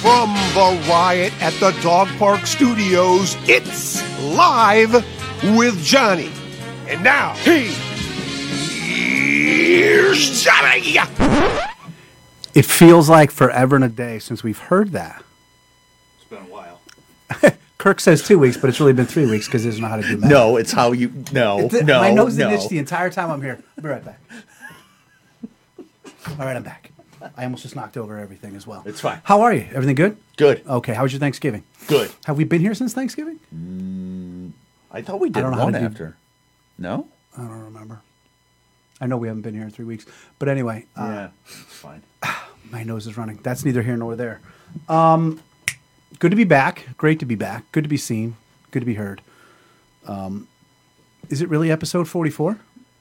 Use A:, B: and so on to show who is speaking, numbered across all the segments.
A: From the riot at the Dog Park Studios, it's live with Johnny. And now, he here's Johnny.
B: It feels like forever and a day since we've heard that.
C: It's been a while.
B: Kirk says two weeks, but it's really been three weeks because he doesn't know how to do math.
C: No, it's how you. No,
B: Th-
C: no,
B: my nose is
C: no.
B: an itch the entire time I'm here. I'll be right back. All right, I'm back. I almost just knocked over everything as well.
C: It's fine.
B: How are you? Everything good?
C: Good.
B: Okay. How was your Thanksgiving?
C: Good.
B: Have we been here since Thanksgiving?
C: I thought we did
B: don't know how
C: one
B: to do-
C: after. No.
B: I don't remember. I know we haven't been here in three weeks, but anyway, uh,
C: yeah, it's fine.
B: my nose is running. That's neither here nor there. Um, good to be back. Great to be back. Good to be seen. Good to be heard. Um, is it really episode forty-four?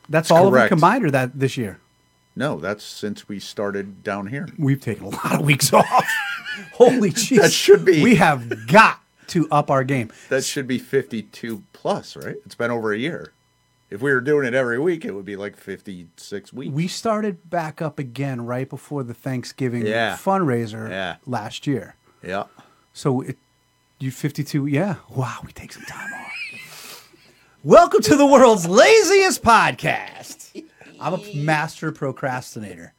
B: That's all
C: Correct.
B: of them combined, or that this year
C: No, that's since we started down here.
B: we've taken a lot of weeks off. Holy jeez,
C: That should be.
B: We have got to up our game.
C: That should be fifty-two plus, right? It's been over a year. If we were doing it every week, it would be like fifty-six weeks.
B: We started back up again right before the Thanksgiving
C: Yeah.
B: fundraiser
C: Yeah.
B: last year.
C: yeah.
B: So it, you 52, yeah. Wow, we take some time off. Welcome to the world's laziest podcast. I'm a master procrastinator.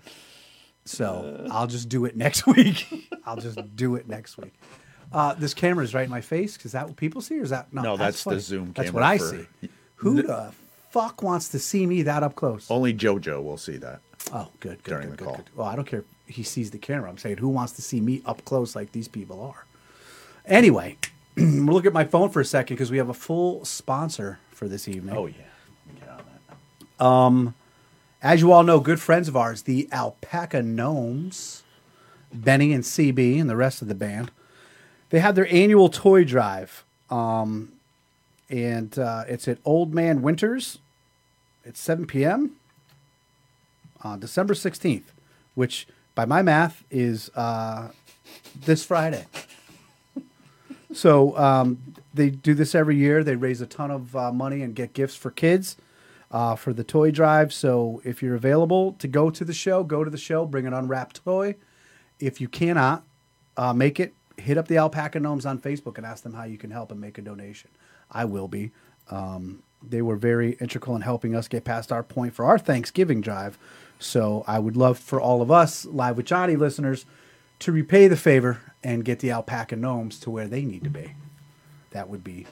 B: So I'll just do it next week. I'll just do it next week. Uh, this camera is right in my face. Is that what people see? Or is that no?
C: No, that's the
B: funny.
C: Zoom
B: That's
C: camera
B: what I
C: for-
B: see. Who the fuck wants to see me that up close? Oh,
C: Only JoJo will see that.
B: good, good,
C: During
B: good,
C: the
B: good,
C: call.
B: good. Well, I don't care. if He sees the camera. I'm saying, who wants to see me up close like these people are? Anyway, I'm gonna look at my phone for a second because we have a full sponsor for this evening.
C: Oh yeah. Get on that.
B: As you all know, good friends of ours, the Alpaca Gnomes, Benny and CB and the rest of the band, they have their annual toy drive. Um, and uh, it's at Old Man Winters at 7 p.m. on December 16th, which by my math is uh, this Friday. So um, they do this every year. They raise a ton of uh, money and get gifts for kids uh, for the toy drive. So if you're available to go to the show, go to the show, bring an unwrapped toy. If you cannot uh, make it, hit up the Alpaca Gnomes on Facebook and ask them how you can help and make a donation. I will be. Um, they were very integral in helping us get past our point for our Thanksgiving drive. So I would love for all of us, Live with Johnny listeners, to repay the favor and get the alpaca gnomes to where they need to be. That would be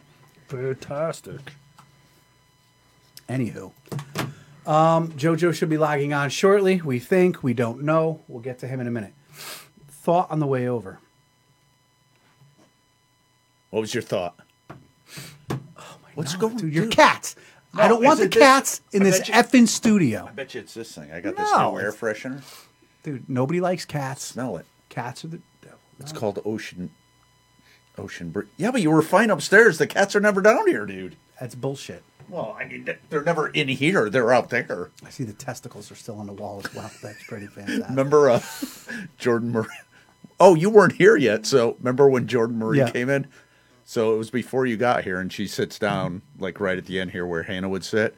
D: Fantastic.
B: anywho. Um, Jojo should be logging on shortly. We think we don't know. We'll get to him in a minute. Thought on the way over.
C: What was your thought? Oh my What's going?
B: Dude, your cats. I
C: No,
B: don't want
C: is
B: the
C: it this-
B: cats in
C: I
B: this
C: bet you-
B: effing studio.
C: I bet you it's this thing. I got
B: No,
C: this new air
B: it's-
C: freshener.
B: Dude, nobody likes cats.
C: Smell it.
B: Cats are the devil.
C: It's called Ocean. Ocean Breeze. Yeah, but you were fine upstairs. The cats are never down here, dude.
B: That's bullshit.
C: Well, I mean, th- they're never in here. They're out there.
B: I see the testicles are still on the wall as well. That's pretty fantastic.
C: Remember uh, Jordan Murray? Oh, you weren't here yet. So remember when Jordan Murray
B: Yeah.
C: came in? So it was before you got here, and she sits down like right at the end here where Hannah would sit,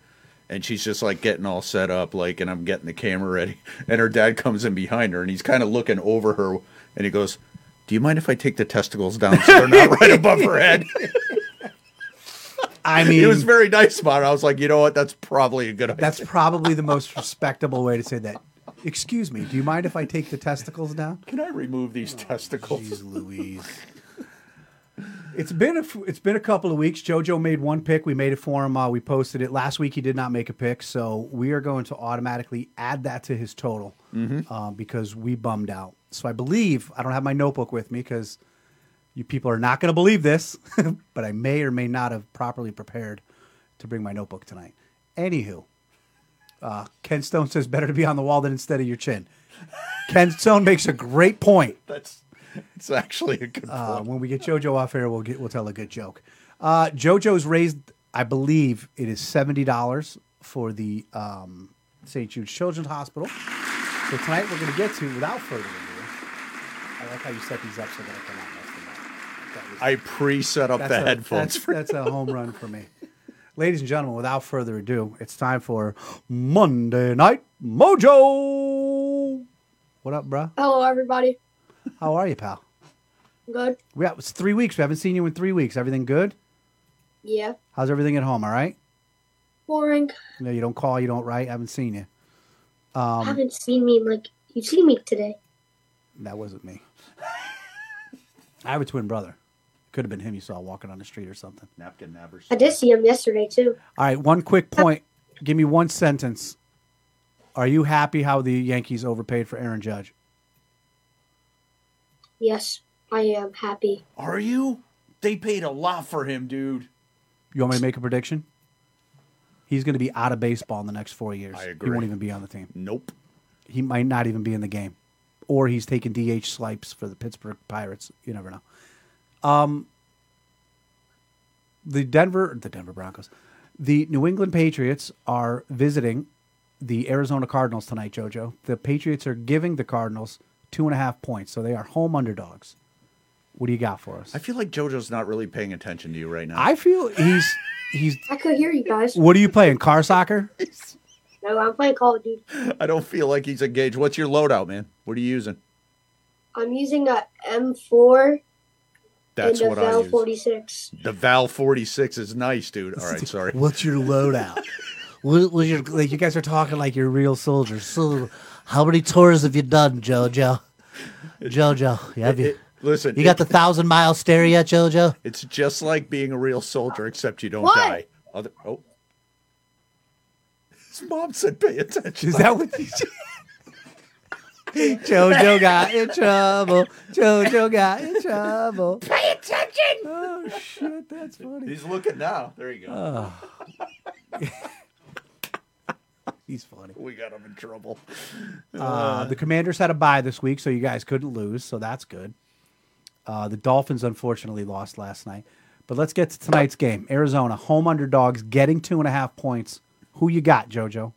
C: and she's just like getting all set up, like, and I'm getting the camera ready, and her dad comes in behind her, and he's kind of looking over her, and he goes, "Do you mind if I take the testicles down so they're not right above her head?"
B: I mean,
C: He was very nice about it. I was like, you know what? That's probably a good idea.
B: That's probably the most respectable way to say that. Excuse me, do you mind if I take the testicles down?
C: Can I remove these testicles?
B: Oh, Jeez Louise. It's been a f- it's been a couple of weeks. JoJo made one pick. We made it for him. Uh, we posted it last week. He did not make a pick, so we are going to automatically add that to his total uh, because we bummed out. So I believe I don't have my notebook with me because you people are not going to believe this, but I may or may not have properly prepared to bring my notebook tonight. Anywho, uh, Ken Stone says better to be on the wall than instead of your chin. Ken Stone makes a great point.
C: That's it's actually a good point.
B: Uh, when we get JoJo off air, we'll get we'll tell a good joke. Uh, JoJo's raised, I believe, it is seventy dollars for the um, St. Jude Children's Hospital. So tonight we're going to get to without further ado. I like how you set these up so that I cannot mess them up. That was-
C: I pre-set up the
B: a,
C: headphones
B: That's,
C: for
B: that's a home run for me. Ladies and gentlemen, without further ado, it's time for Monday Night Mojo. What up, bruh?
E: Hello, everybody.
B: How are you, pal?
E: Good.
B: Yeah, it's three weeks. We haven't seen you in three weeks. Everything good?
E: Yeah.
B: How's everything at home? All right.
E: Boring.
B: No, you don't call. You don't write. Haven't seen you. Um,
E: haven't seen me in like you've seen me today.
B: that wasn't me. I have a twin brother. Could have been him you saw walking on the street or something.
C: Napkin nabbers.
E: I did see him yesterday too.
B: All right, one quick point. Give me one sentence. Are you happy how the Yankees overpaid for Aaron Judge?
E: Yes, I am happy.
C: Are you? They paid a lot for him, dude.
B: You want me to make a prediction? He's going to be out of baseball in the next four years.
C: I
B: He
C: agree.
B: won't even be on the team.
C: Nope.
B: He might not even be in the game, or he's taking DH swipes for the Pittsburgh Pirates. You never know. Um, the Denver, the Denver Broncos, the New England Patriots are visiting the Arizona Cardinals tonight. Jojo, the Patriots are giving the Cardinals two and a half points, so they are home underdogs. What do you got for us?
C: I feel like JoJo's not really paying attention to you right now.
B: I feel he's he's.
E: I could hear you guys.
C: Mm.
B: What are you playing? Car soccer?
E: No, I'm playing Call of Duty.
C: I don't feel like he's engaged. What's your loadout, man? What are you using?
E: I'm using a M4
C: That's
E: and a
C: what I
E: Val
C: use.
E: 46.
C: The Val 46 is nice, dude. All right, sorry.
B: What's your loadout? what, what's your, like, you guys are talking like you're real soldiers. So, how many tours have you done, JoJo? JoJo, have you?
C: It- listen,
B: You got
C: it-
B: the thousand mile stare yet, JoJo?
C: it's just like being a real soldier, except you don't
E: What?
C: die. Other, oh. His mom said pay attention.
B: that what you JoJo got in trouble. JoJo got in trouble. Pay attention. Oh shit, that's funny. Ah.
C: He's looking now. There you go.
B: Uh. He's funny.
C: we got him in trouble.
B: Uh, the Commanders had a bye this week, so you guys couldn't lose, so that's good. Uh, the Dolphins unfortunately lost last night, but let's get to tonight's game. Arizona home underdogs getting two and a half points. Who you got, JoJo?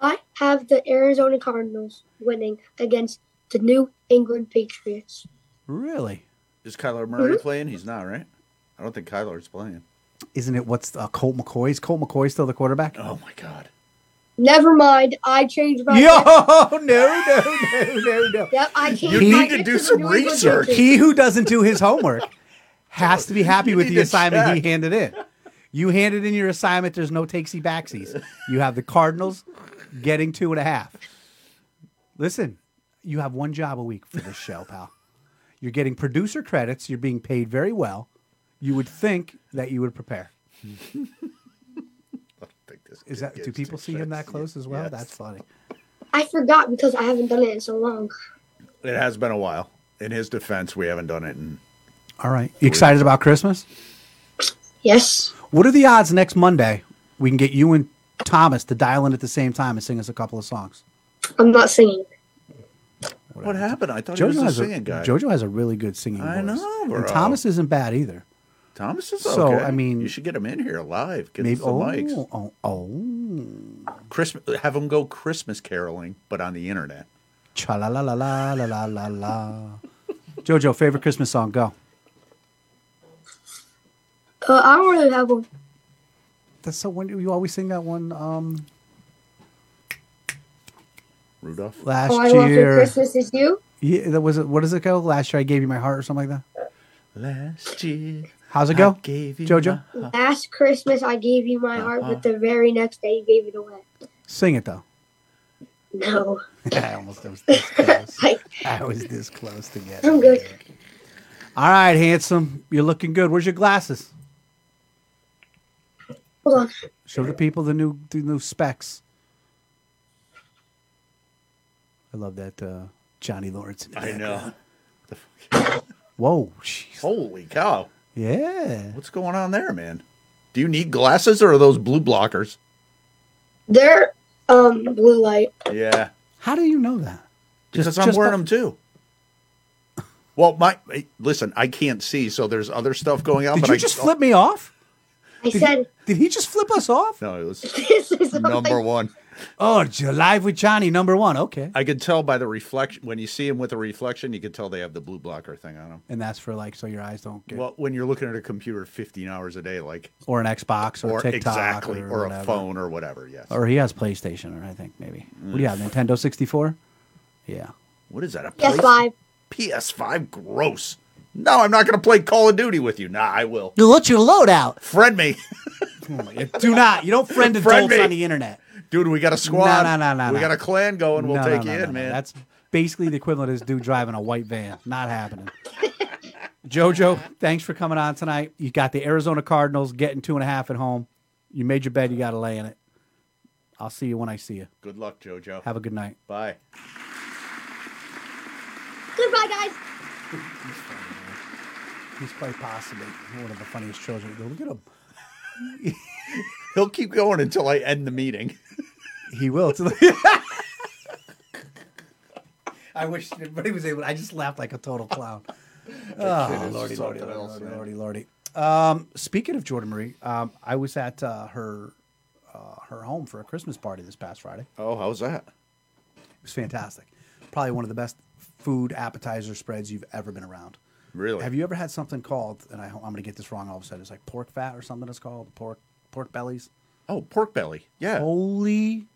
E: I have the Arizona Cardinals winning against the New England Patriots.
B: Really?
C: Is Kyler
B: Mm-hmm.
C: Murray playing? He's not, right? I don't think Kyler's playing.
B: Isn't it what's uh, Colt McCoy? Is Colt McCoy still the quarterback?
C: Oh my god.
E: Never mind, I changed my
B: Yo, no, no, no, no, no.
E: Yep, I changed
C: You
E: my
C: need to
E: pick
C: do
E: the
C: some
E: New England
C: research.
E: Patriots.
B: He who doesn't do his homework has to be happy
C: You
B: with
C: need to
B: the assignment
C: check.
B: he handed in. You handed in your assignment. There's no takesy backsies. You have the Cardinals getting two and a half. Listen, you have one job a week for this show, pal. You're getting producer credits. You're being paid very well. You would think that you would prepare.
C: I don't think this kid
B: Is that do
C: gives
B: people
C: two
B: see him that
C: shits.
B: close as well?
C: Yes.
B: That's funny.
E: I forgot because I haven't done it in so long.
C: It has been a while. In his defense, we haven't done it in
B: All right. You excited about Christmas?
E: Yes.
B: What are the odds next Monday we can get you and Thomas to dial in at the same time and sing us a couple of songs?
E: I'm not singing.
C: What happened? I thought he
B: Jojo
C: was
B: has
C: a
B: a,
C: singing guy.
B: Jojo has a really good singing voice.
C: I know,
B: And
C: bro.
B: Thomas isn't bad either.
C: Thomas is
B: So,
C: okay.
B: I mean-
C: you should get him in here live. Get
B: Maybe
C: him
B: oh,
C: some mics.
B: oh, oh,
C: Christmas, have him go Christmas caroling, but on the internet.
B: cha la la la la la la la la. Jojo, favorite Christmas song? Go.
E: Uh, I don't really have one.
B: That's so. When you always sing that one? Um,
C: Rudolph.
B: last
E: All I want for
B: year.
E: Christmas is you.
B: Yeah, that was it. What does it go? Last year I gave you my heart or something like that.
C: Last year,
B: How's it go?
C: I gave you
B: Jojo,
E: Last Christmas, I gave you my heart,
B: Uh-huh.
E: but the very next day, you gave it away.
B: sing it though.
E: No.
B: I almost was this close.
E: I,
B: I was this close to get.
E: I'm good.
B: All right, handsome. You're looking good. Where's your glasses?
E: Hold on.
B: Show the people the new the new specs. I love that uh, Johnny Lawrence. in the
C: I
B: back.
C: know.
B: Whoa, jeez.
C: Holy cow!
B: Yeah.
C: What's going on there, man? Do you need glasses or are those blue blockers?
E: They're um blue light.
C: Yeah,
B: How do you know that?
C: because
B: Just-
C: I'm
B: just
C: wearing
B: by-
C: them too. Well, my hey, listen, I can't see, so there's other stuff going on.
B: Did
C: but
B: you
C: I,
B: just flip me off?
E: I
B: Did,
E: said
B: did he just flip us off?
C: No, it was
E: this is on my-
C: number one.
B: Oh, you're live with Johnny, number one. Okay.
C: I could tell by the reflection when you see him with a reflection, you could tell they have the blue blocker thing on them.
B: And that's for like so your eyes don't get
C: Well, when you're looking at a computer 15 hours a day, like
B: or an Xbox or,
C: or
B: TikTok
C: exactly,
B: or,
C: or, a
B: whatever.
C: phone or whatever. Yes.
B: Or he has
C: Mm.
B: PlayStation, or I think maybe. What do you have? Nintendo sixty four. Yeah.
C: What is that? A
E: Yes,
C: place-
E: five.
C: PS5, gross. No, I'm not going to play Call of Duty with you. Nah, I will.
F: You let your load out.
C: Friend me.
F: Do not. You don't friend
C: Friend
F: adults
C: me.
F: on the internet.
C: Dude, we got a squad.
F: No, no, no, no, no.
C: We got a clan going. We'll
B: No,
C: take
B: no,
C: you
B: no,
C: in,
B: no, no.
C: man.
F: That's basically the equivalent of this dude driving a white van. Not happening. Jojo, thanks for coming on tonight. You got the Arizona Cardinals getting two and a half at home. You made your bed. You got to lay in it. I'll see you when I see you.
C: Good luck, JoJo.
F: Have a good night.
C: Bye.
E: Goodbye, guys.
B: He's quite possibly one of the funniest children. Look at him.
C: He'll keep going until I end the meeting.
B: He will. I wish everybody was able. I just laughed like a total clown. Oh,
C: is
B: lordy, lordy,
C: something
B: lordy,
C: else,
B: lordy,
C: man.
B: lordy, lordy. Um, speaking of Jordan Marie, um, I was at uh, her uh, her home for a Christmas party this past Friday.
C: Oh, how's that?
B: It was fantastic. Probably one of the best food appetizer spreads you've ever been around.
C: Really?
B: Have you ever had something called? And I, I'm going to get this wrong all of a sudden. It's like pork fat or something. It's called pork pork bellies.
C: Oh, pork belly. Yeah.
B: Oh. Holy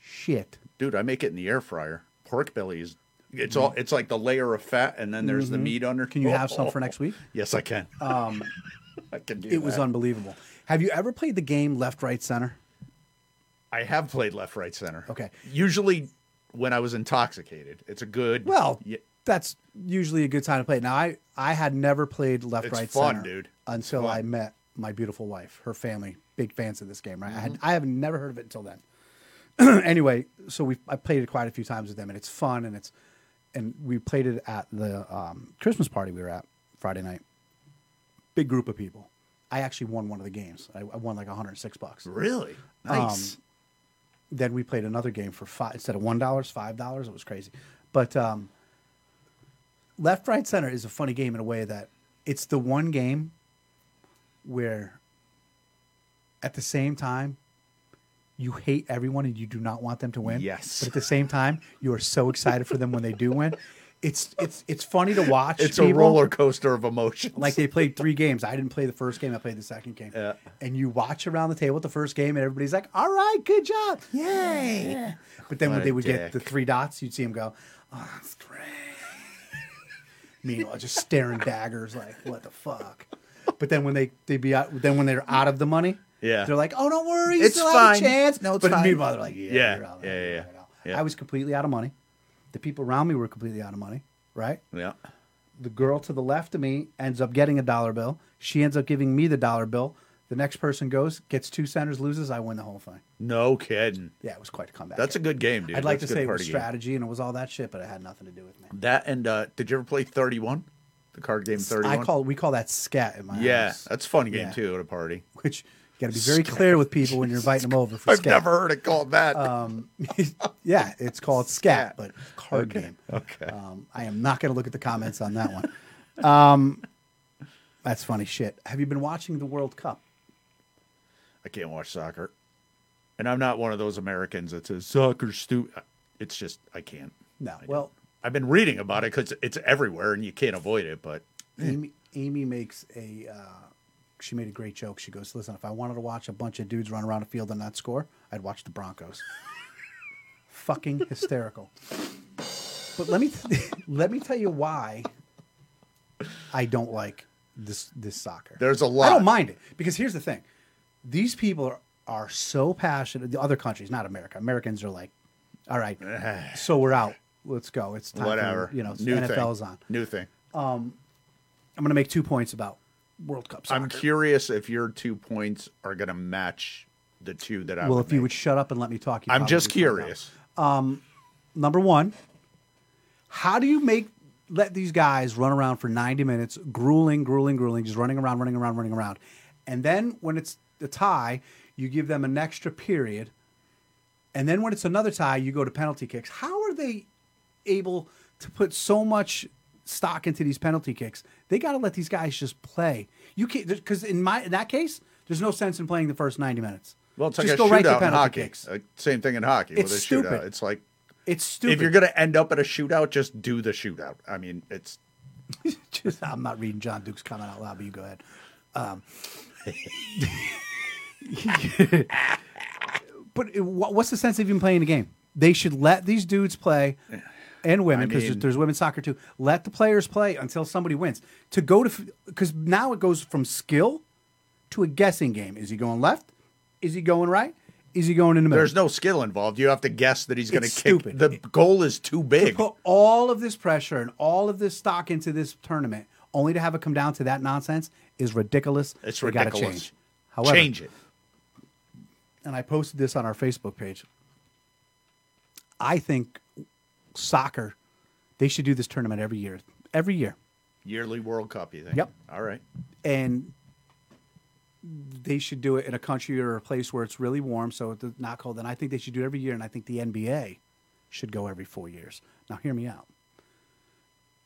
B: shit!
C: Dude, I make it in the air fryer. Pork belly is it's all it's like the layer of fat and then there's the meat under.
B: Mm-hmm.
C: Oh.
B: Can you have some for next week?
C: Yes, I can.
B: Um,
C: I can do
B: it was
C: that.
B: unbelievable. Have you ever played the game left, right, center?
C: I have played left, right, center.
B: Okay.
C: Usually when I was intoxicated. It's a good
B: Well,
C: Ye-
B: that's usually a good time to play it. Now, I I had never played left,
C: It's
B: right,
C: fun,
B: center,
C: dude. It's
B: until
C: fun.
B: I met my beautiful wife. Her family, big fans of this game. Right? I had
C: Mm-hmm.
B: I have never heard of it until then. anyway, so we I played it quite a few times with them, and it's fun, and it's and we played it at the um, Christmas party we were at Friday night. Big group of people. I actually won one of the games. I, I won like 106 bucks.
C: really
B: Um,
C: nice.
B: then we played another game for five instead of one dollars, five dollars. It was crazy. But um, left, right, center is a funny game in a way that it's the one game where at the same time you hate everyone and you do not want them to win.
C: Yes.
B: But at the same time, you are so excited for them when they do win. It's it's it's funny to watch.
C: it's a
B: people.
C: roller coaster of emotions.
B: Like they played three games. I didn't play the first game. I played the second game.
C: Yeah.
B: And you watch around the table at the first game, and everybody's like, "All right, good job, yay!" But then
C: What
B: when
C: a
B: they would get the
C: dick.
B: three dots, you'd see them go, "Oh, that's great." Meanwhile, just staring daggers like, "What the fuck?" But then when they they be out, then when they're out of the money,
C: Yeah.
B: they're like, "Oh, don't worry, you
C: It's
B: still have
C: fine.
B: a chance." No, it's
C: But
B: fine.
C: meanwhile,
B: they're like, "Yeah,
C: yeah,
B: you're out of
C: yeah,
B: money,
C: yeah,
B: you're out of money."
C: yeah.
B: I was completely out of money. The people around me were completely out of money. Right
C: yeah.
B: the girl to the left of me ends up getting a dollar bill. She ends up giving me the dollar bill. The next person goes, gets two centers, loses. I win the whole thing.
C: No kidding.
B: Yeah, it was quite a comeback.
C: That's a good game, dude.
B: I'd like
C: That's
B: to
C: a good
B: say it was
C: party game.
B: strategy and it was all that shit, but it had nothing to do with me.
C: That and uh did you ever play 31? The card game 31?
B: I call we call that scat in my
C: Yeah,
B: house.
C: that's a fun game
B: Yeah.
C: too at a party.
B: which you got to be very clear with people when you're inviting them over for
C: I've
B: scat.
C: never heard it called that.
B: Um, yeah, it's called scat, but card game.
C: okay.
B: Um, I am not going to look at the comments on that one. Um, that's funny shit. Have you been watching the World Cup?
C: I can't watch soccer. And I'm not one of those Americans that says soccer stupid. It's just I can't.
B: No.
C: don't.
B: well,
C: I've been reading about it cuz it's everywhere and you can't avoid it, but
B: Amy, Amy makes a. Uh, she made a great joke. She goes, "Listen, if I wanted to watch a bunch of dudes run around a field and not score, I'd watch the Broncos." Fucking hysterical. But let me let me tell you why I don't like this this soccer.
C: There's a
B: I
C: lot.
B: don't mind it because here's the thing: these people are are so passionate. The other countries, not America. Americans are like, "All right, so we're out. Let's go. It's time. for-
C: whatever.
B: you know, it's
C: New
B: NFL's
C: thing.
B: on."
C: New thing.
B: I'm going to make two points about World Cup soccer.
C: I'm curious if your two points are going to match the two that I
B: well,
C: would
B: if you
C: make.
B: would shut up and let me talk, you
C: I'm
B: probably
C: just
B: would find out.
C: curious.
B: Number one, how do you make let these guys run around for 90 minutes, grueling, grueling, grueling, just running around, running around, running around, and then when it's the tie, you give them an extra period, and then when it's another tie, you go to penalty kicks. How are they able to put so much stock into these penalty kicks? They got to let these guys just play. You can't because in my in that case, there's no sense in playing the first 90 minutes.
C: Well, it's like
B: just
C: a
B: go
C: shootout
B: right to
C: in
B: penalty
C: hockey.
B: kicks.
C: Uh, same thing in hockey
B: It's
C: with a
B: stupid.
C: shootout. It's like
B: It's stupid.
C: if you're going to end up at a shootout, just do the shootout. I mean, it's
B: Just- I'm not reading John Duke's comment out loud, but you go ahead. Um, but it, wha- what's the sense of even playing the game? They should let these dudes play, and women
C: I
B: because
C: mean-
B: there's women's soccer too. Let the players play until somebody wins. To go to because now it goes from skill to a guessing game. Is he going left? Is he going right? Is he going in the middle?
C: There's no skill involved. You have to guess that he's going to
B: It's
C: kick.
B: stupid. Oh,
C: The goal is too
B: to
C: big.
B: put all of this pressure and all of this stock into this tournament, only to have it come down to that nonsense, is ridiculous.
C: It's
B: We gotta
C: ridiculous.
B: Change. However,
C: Change it.
B: and I posted this on our Facebook page. I think soccer, they should do this tournament every year. Every year.
C: Yearly World Cup, you think?
B: Yep.
C: All right.
B: And they should do it in a country or a place where it's really warm, so it's not cold. And I think they should do it every year. And I think the NBA should go every four years. Now, hear me out.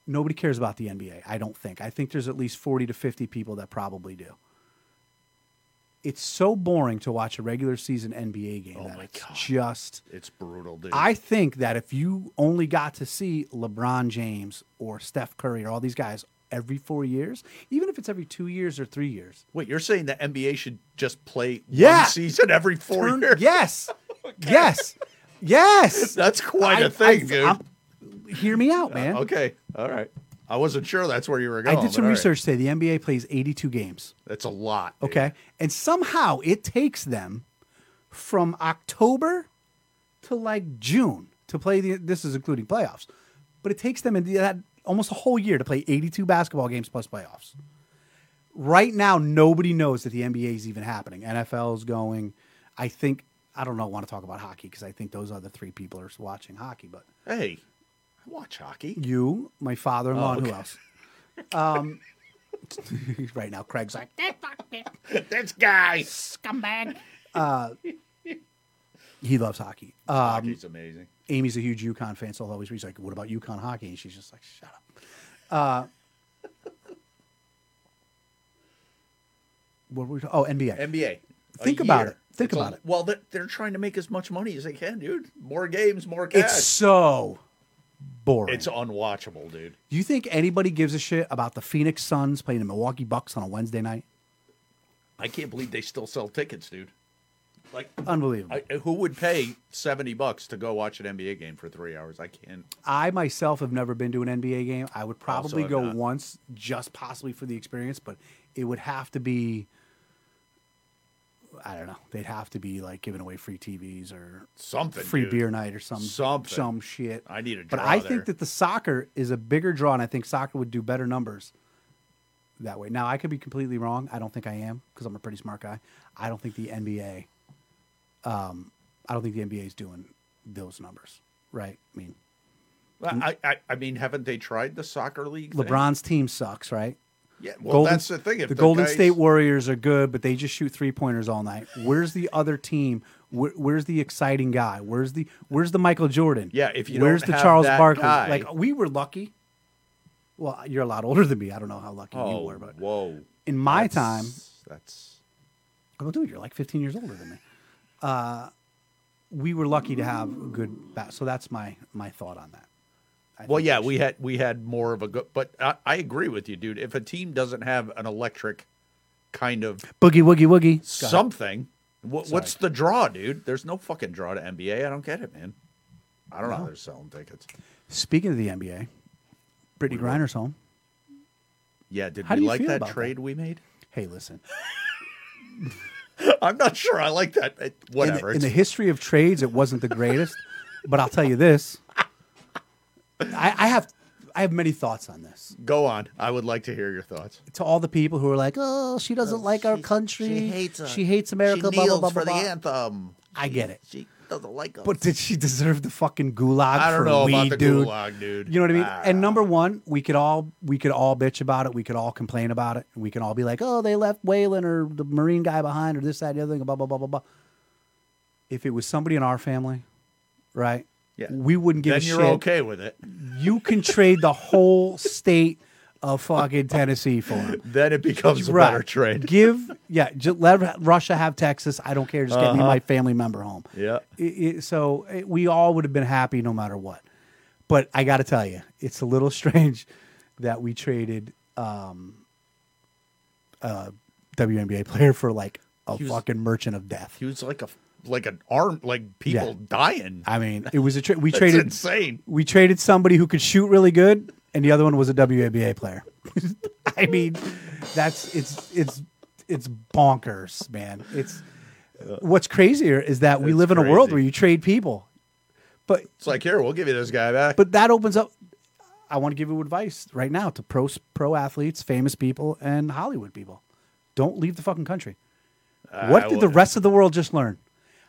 B: Nobody cares about the NBA, I don't think. I think there's at least 40 to 50 people that probably do. It's so boring to watch a regular season NBA game that
C: Oh my
B: it's
C: God.
B: just.
C: It's brutal, dude.
B: I think that if you only got to see LeBron James or Steph Curry or all these guys every four years, even if it's every two years or three years,
C: Wait, you're saying the NBA should just play
B: Yeah.
C: one season every four
B: Turn-
C: years?
B: yes, yes, yes.
C: That's quite
B: I-
C: a thing,
B: I-
C: dude. Uh,
B: I'm- hear me out, man.
C: okay. All right. I wasn't sure that's where you were
B: I
C: going.
B: did some
C: but all right.
B: research today. The NBA plays 82 games.
C: That's a lot. dude.
B: Okay. And somehow it takes them from October to like June to play the this is including playoffs. But it takes them in the- that almost a whole year to play 82 basketball games plus playoffs. Right now nobody knows that the NBA is even happening. NFL is going. I think I don't know want to talk about hockey because I think those other three people are watching hockey, but
C: Hey, I watch hockey.
B: you, my father-in-law, and who
C: okay.
B: else? Um, right now, Craig's like,
C: That's guys.
B: he loves hockey. Uh,
C: Hockey's amazing.
B: Amy's a huge UConn fan, so I'll always be like, "What about UConn hockey?" And she's just like, "Shut up." Uh, what were we? Talking? Oh, NBA.
C: NBA. a
B: Think about
C: year.
B: it. Think
C: It's a-
B: about it.
C: Well, they're, they're trying to make as much money as they can, dude. More games, more cash.
B: it's so boring.
C: It's unwatchable, dude.
B: Do you think anybody gives a shit about the Phoenix Suns playing the Milwaukee Bucks on a Wednesday night?
C: I can't believe they still sell tickets, dude. Like,
B: Unbelievable.
C: I, uh, who would pay seventy bucks to go watch an NBA game for three hours? I can't.
B: I, myself have never been to an NBA game. I would probably
C: have
B: go
C: not.
B: once, just possibly for the experience, but it would have to be. I don't know. They'd have to be like giving away free TVs or
C: Something
B: free
C: dude.
B: beer night or some
C: Something.
B: some shit.
C: I need a
B: But
C: draw
B: I
C: there.
B: think that the soccer is a bigger draw, and I think soccer would do better numbers that way. Now I could be completely wrong. I don't think I am because I'm a pretty smart guy. I don't think the NBA, um, I don't think the NBA is doing those numbers right. I mean,
C: I, I, I mean, haven't they tried the soccer league? thing?
B: LeBron's team sucks, right?
C: Yeah. Well, that's the thing. If
B: the, Golden
C: guys-
B: State Warriors are good, but they just shoot three pointers all night. Where's the other team? Where, where's the exciting guy? Where's the Where's the Michael Jordan?
C: Yeah, if you
B: where's
C: don't
B: the
C: have
B: Charles
C: that
B: Barkley?
C: guy-
B: Like we were lucky. Well, you're a lot older than me. I don't know how lucky
C: Oh,
B: you were, but
C: whoa.
B: in my
C: That's-
B: time,
C: That's
B: well, dude, you're like 15 years older than me. Uh, we were lucky to have good. Bat- so that's my my thought on that. I
C: well,
B: think
C: yeah. We had we had more of a go, but I, I agree with you, dude. If a team doesn't have an electric kind of
B: boogie woogie woogie.
C: something. What, what's the draw, dude? There's no fucking draw to NBA. I don't get it, man. I don't know. how They're selling tickets.
B: Speaking of the NBA, Brittany Griner's home.
C: Yeah, did
B: How do
C: we
B: you
C: like
B: feel
C: that
B: about that?
C: trade we made?
B: Hey, listen.
C: I'm not sure. I like that. It-
B: in the-
C: whatever.
B: In the,
C: It's-
B: history of trades, it wasn't the greatest, but I'll tell you this: I, I have I have many thoughts on this.
C: go on. I would like to hear your thoughts.
B: To all the people who are like, "Oh, she doesn't like our country. she hates America." blah, blah, blah, blah, blah.
C: anthem.
B: I get it,
C: She doesn't like us.
B: but did she deserve the fucking gulag?
C: I don't
B: for
C: know about
B: weed,
C: the
B: dude?
C: gulag, dude.
B: You know what I mean?
C: Ah.
B: and number one, we could all we could all bitch about it. We could all complain about it. We can all be like, "Oh, they left Waylon or the Marine guy behind, or this, that, the other thing." Blah blah blah blah blah. If it was somebody in our family, right?
C: Yeah.
B: We wouldn't give
C: then
B: a
C: you're
B: shit.
C: okay with it.
B: You can trade the whole state of fucking Tennessee for him.
C: Then it becomes a better trade.
B: Give yeah, just let Russia have Texas. I don't care. Just
C: Uh-huh.
B: get me my family member home.
C: Yeah.
B: I- I- so it, we all would have been happy no matter what. But I got to tell you, it's a little strange that we traded um, a WNBA player for like a fucking merchant of death.
C: He was like a like an arm, like people dying.
B: I mean, it was a tra- we
C: That's
B: traded
C: insane.
B: we traded somebody who could shoot really good, and the other one was a WABA player. I mean, that's it's it's it's bonkers, man. It's what's crazier is that we
C: Uh, That's
B: live in a world
C: crazy.
B: where you trade people, but
C: It's like here, we'll give you this guy back.
B: but that opens up. I want to give you advice right now to pro pro athletes, famous people, and Hollywood people. Don't leave the fucking country. what did the
C: wouldn't.
B: rest of the world just learn?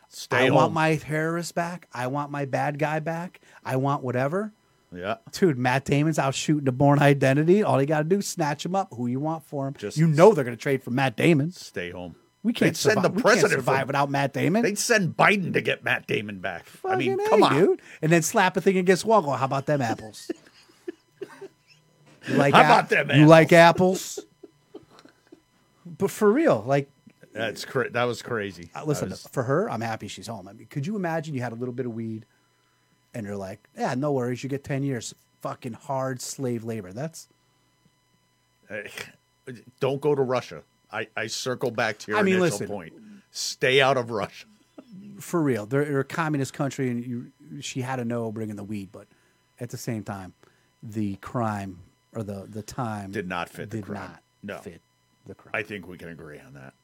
C: Stay
B: I
C: home.
B: want my terrorist back. I want my bad guy back. I want whatever.
C: yeah.
B: Dude, Matt Damon's out shooting the Born Identity. All you got to do is snatch him up. Who you want for him?
C: Just-
B: you know they're going to trade for Matt Damon.
C: Stay home.
B: We can't
C: They'd send
B: survive.
C: the
B: we can't
C: president
B: survive
C: for-
B: without Matt Damon.
C: They'd send Biden to get Matt Damon back. I mean,
B: Fucking A,
C: come on.
B: dude. And then slap a thing against wall. Go, how about them apples? you like
C: How about
B: ap-
C: them
B: You
C: apples?
B: like apples? but for real, like
C: That's cra- that was crazy.
B: Uh, listen,
C: That was-
B: for her, I'm happy she's home. I mean, could you imagine you had a little bit of weed and you're like, yeah, no worries, you get 10 years fucking hard slave labor. That's
C: don't go to Russia. I, I circle back to your
B: I mean,
C: initial
B: listen.
C: point. Stay out of Russia.
B: for real. They're, they're a communist country and you, she had to know bringing the weed, but at the same time, the crime or the, the time
C: Did not fit the
B: did
C: crime.
B: not
C: No.
B: fit the crime.
C: I think we can agree on that.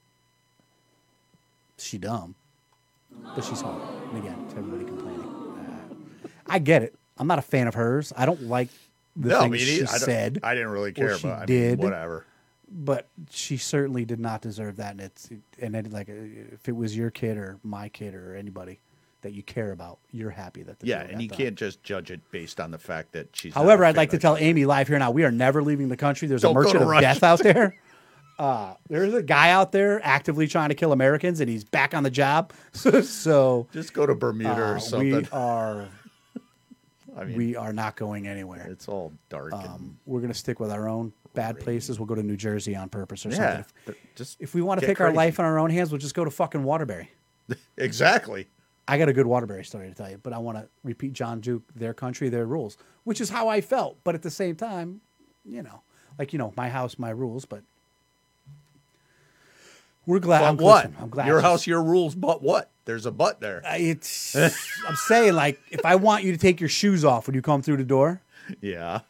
B: she dumb, but she's home. And again, to everybody complaining, uh, I get it. I'm not a fan of hers. I don't like the
C: no, I
B: things
C: mean,
B: she
C: I don't-
B: said.
C: I didn't really care,
B: she
C: but I
B: did.
C: mean, whatever.
B: but she certainly did not deserve that. And it's and it, like uh, if it was your kid or my kid or anybody that you care about, you're happy that the
C: Yeah,
B: deal
C: and
B: got
C: you
B: done.
C: can't just judge it based on the fact that she's. not
B: However,
C: a
B: I'd like to
C: fan
B: tell Amy live here now. We are never leaving the country. There's
C: Don't go
B: a
C: to
B: merchant of
C: Russia.
B: death out there. Uh, there's a guy out there actively trying to kill Americans, and he's back on the job. so
C: of- Just go to Bermuda or
B: uh,
C: something.
B: we are
C: I mean,
B: we are not going anywhere.
C: it's all dark. and,
B: Um, we're going to stick with our own bad places. We'll go to New Jersey on purpose or
C: yeah,
B: something. If-
C: th- just
B: If we want to
C: get
B: take our
C: crazy.
B: life in our own hands, we'll just go to fucking Waterbury.
C: exactly.
B: I got a good Waterbury story to tell you, but I want to repeat John Duke, their country, their rules, which is how I felt. But at the same time, you know, like, you know, my house, my rules, but we're glad. I'm,
C: But what?
B: listen, I'm glad.
C: your
B: she's-
C: house, your rules, but what? There's a but there.
B: I- It's, I'm saying, like, if I want you to take your shoes off when you come through the door
C: yeah.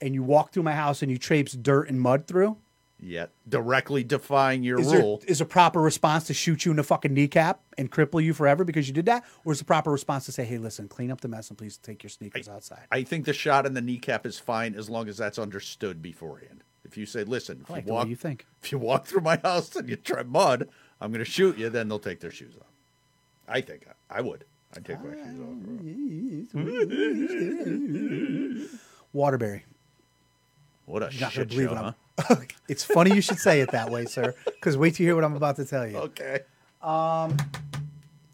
B: and you walk through my house and you traipse dirt and mud through,
C: Yeah. Directly defying your
B: is,
C: rule.
B: there, is a proper response to shoot you in the fucking kneecap and cripple you forever because you did that? Or is the proper response to say, hey, listen, clean up the mess and please take your sneakers outside?
C: I think the shot in the kneecap is fine as long as that's understood beforehand. If you say, listen, if,
B: I like
C: you,
B: the way
C: walk,
B: you think.
C: if you walk through my house and you try mud, I'm going to shoot you, then they'll take their shoes off. I think I, I would. I'd take my shoes off.
B: Waterbury.
C: What a
B: You're not going
C: shit
B: to believe
C: show, huh?
B: it. I'm- it's funny you should say it that way, sir, because wait till you hear what I'm about to tell you.
C: Okay.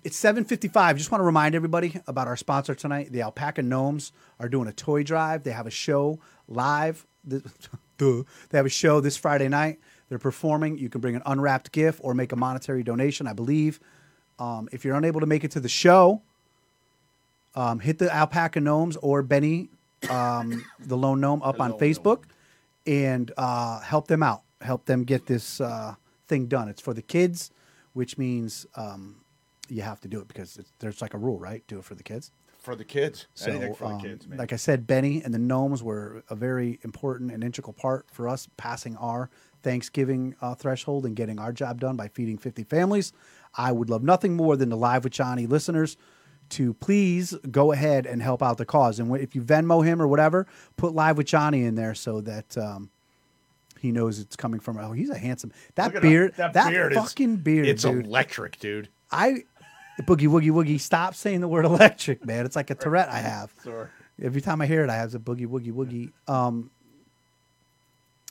B: It's 7:55. Just want to remind everybody about our sponsor tonight. The Alpaca Gnomes are doing a toy drive. They have a show live. th- duh. They have a show this Friday night. They're performing. You can bring an unwrapped gift or make a monetary donation. I believe. Um, if you're unable to make it to the show, um, hit the Alpaca Gnomes or Benny, um, the Lone Gnome, up on Facebook, and uh, help them out. Help them get this uh, thing done. It's for the kids, which means um, you have to do it because it's, there's like a rule, right? Do it for the kids.
C: For the kids. Anything for
B: um,
C: the kids, man.
B: like I said, Benny and the gnomes were a very important and integral part for us passing our Thanksgiving uh, threshold and getting our job done by feeding 50 families. I would love nothing more than the Live with Johnny listeners to please go ahead and help out the cause. And if you Venmo him or whatever, put Live with Johnny in there so that. Um, he knows it's coming from. Oh, he's a handsome. That
C: Look at
B: beard, that,
C: beard is-
B: fucking beard,
C: It's
B: dude.
C: electric, dude.
B: I boogie woogie woogie. Stop saying the word electric, man. It's like a Tourette I have.
C: Sorry.
B: Every time I hear it, I have the boogie woogie woogie. Um,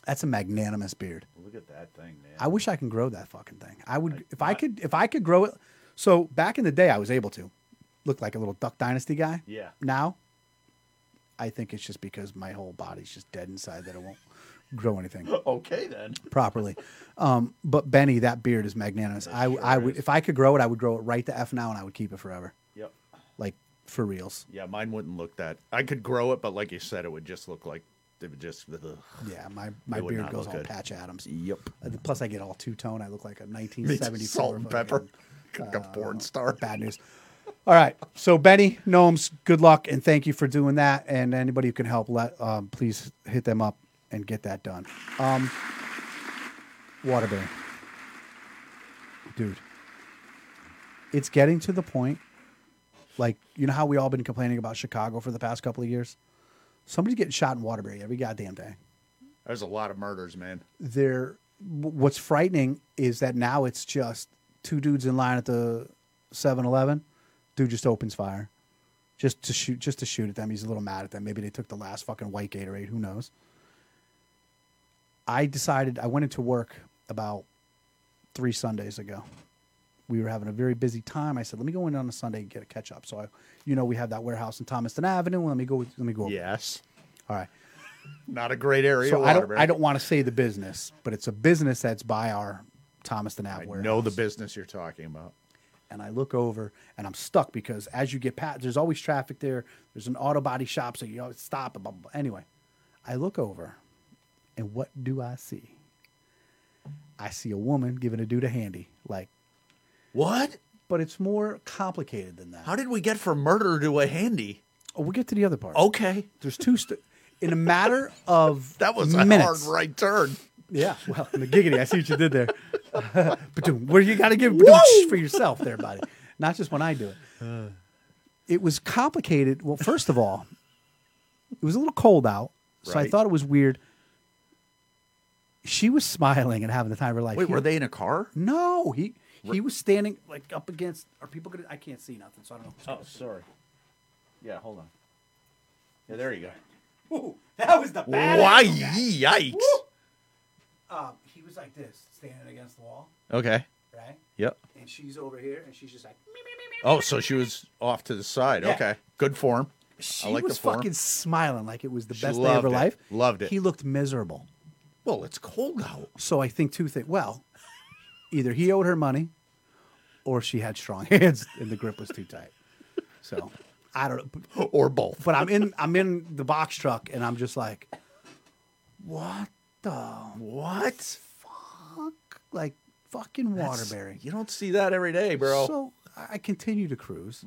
B: that's a magnanimous beard.
C: Look at that thing, man.
B: I wish I can grow that fucking thing. I would if I could if I could grow it. So back in the day, I was able to look like a little Duck Dynasty guy.
C: Yeah.
B: Now, I think it's just because my whole body's just dead inside that it won't grow anything
C: Okay, then.
B: properly. Um, but Benny, that beard is magnanimous. I, I would, if I could grow it, I would grow it right to f now, and I would keep it forever,
C: Yep.
B: like for reals.
C: Yeah, mine wouldn't look that. I could grow it, but like you said, it would just look like it would just. Ugh.
B: Yeah, my my
C: would
B: beard
C: not
B: goes
C: look
B: all
C: good.
B: Patch Adams.
C: Yep.
B: Uh, Plus, I get all two tone. I look like a
C: Salt
B: 1974
C: and pepper.
B: fucking uh,
C: like a porn star.
B: Bad news. All right. So Benny Gnomes, good luck and thank you for doing that. And anybody who can help, let um, please hit them up and get that done. Um, Waterbury, dude, it's getting to the point. Like you know how we all been complaining about Chicago for the past couple of years. Somebody's getting shot in Waterbury every goddamn day.
C: There's a lot of murders, man.
B: There, what's frightening is that now it's just two dudes in line at the 7-Eleven. Dude just opens fire, just to shoot, just to shoot at them. He's a little mad at them. Maybe they took the last fucking white Gatorade. Who knows? I decided I went into work about three Sundays ago. We were having a very busy time. I said, "Let me go in on a Sunday and get a catch up." So I, you know, we have that warehouse in Thomaston Avenue. Let me go. Let me go. over.
C: Yes.
B: All right.
C: Not a great area.
B: Oh. So I don't,
C: Waterbury.
B: I don't want to say the business, but it's a business that's by our Thomaston Ave.
C: I
B: warehouse.
C: know the business you're talking about.
B: And I look over and I'm stuck because as you get past, there's always traffic there. There's an auto body shop, so you always stop. Blah, blah, blah. Anyway, I look over and what do I see? I see a woman giving a dude a handy. Like,
C: What?
B: but it's more complicated than that.
C: How did we get from murder to a handy?
B: Oh, we'll get to the other part.
C: Okay.
B: There's two. St- in a matter of
C: That was a
B: minutes,
C: hard right turn.
B: Yeah, well, in the giggity, I see what you did there. but dude, where you got to give badoosh for yourself there, buddy. Not just when I do it. It was complicated. Well, first of all, it was a little cold out, so I
C: Right.
B: thought it was weird. She was smiling and having the time of her life.
C: Wait,
B: He-
C: were they in a car?
B: No, he he was standing like up against. Are people gonna? I can't see nothing, so I don't know.
C: Oh, sorry. Yeah, hold on. Yeah, there you go.
B: Ooh, that was the bad.
C: Why? Yikes.
B: Um, he was like this, standing against the wall,
C: Okay.
B: right?
C: Yep.
B: And she's over here, and she's just like. "Meep, meep, meep, meep."
C: Oh, so she was off to the side.
B: Yeah.
C: Okay. Good form.
B: She
C: I like
B: was
C: the form.
B: fucking smiling like it was the
C: She
B: best day of
C: loved
B: her
C: it.
B: life.
C: Loved it.
B: He looked miserable.
C: Well, it's cold out.
B: So I think two things. Well, either he owed her money or she had strong hands and the grip was too tight. So I don't know.
C: Or both.
B: But I'm in I'm in the box truck and I'm just like, what the
C: What?
B: fuck? Like fucking Waterbury.
C: You don't see that every day, bro. Mm-hmm.
B: So I continue to cruise.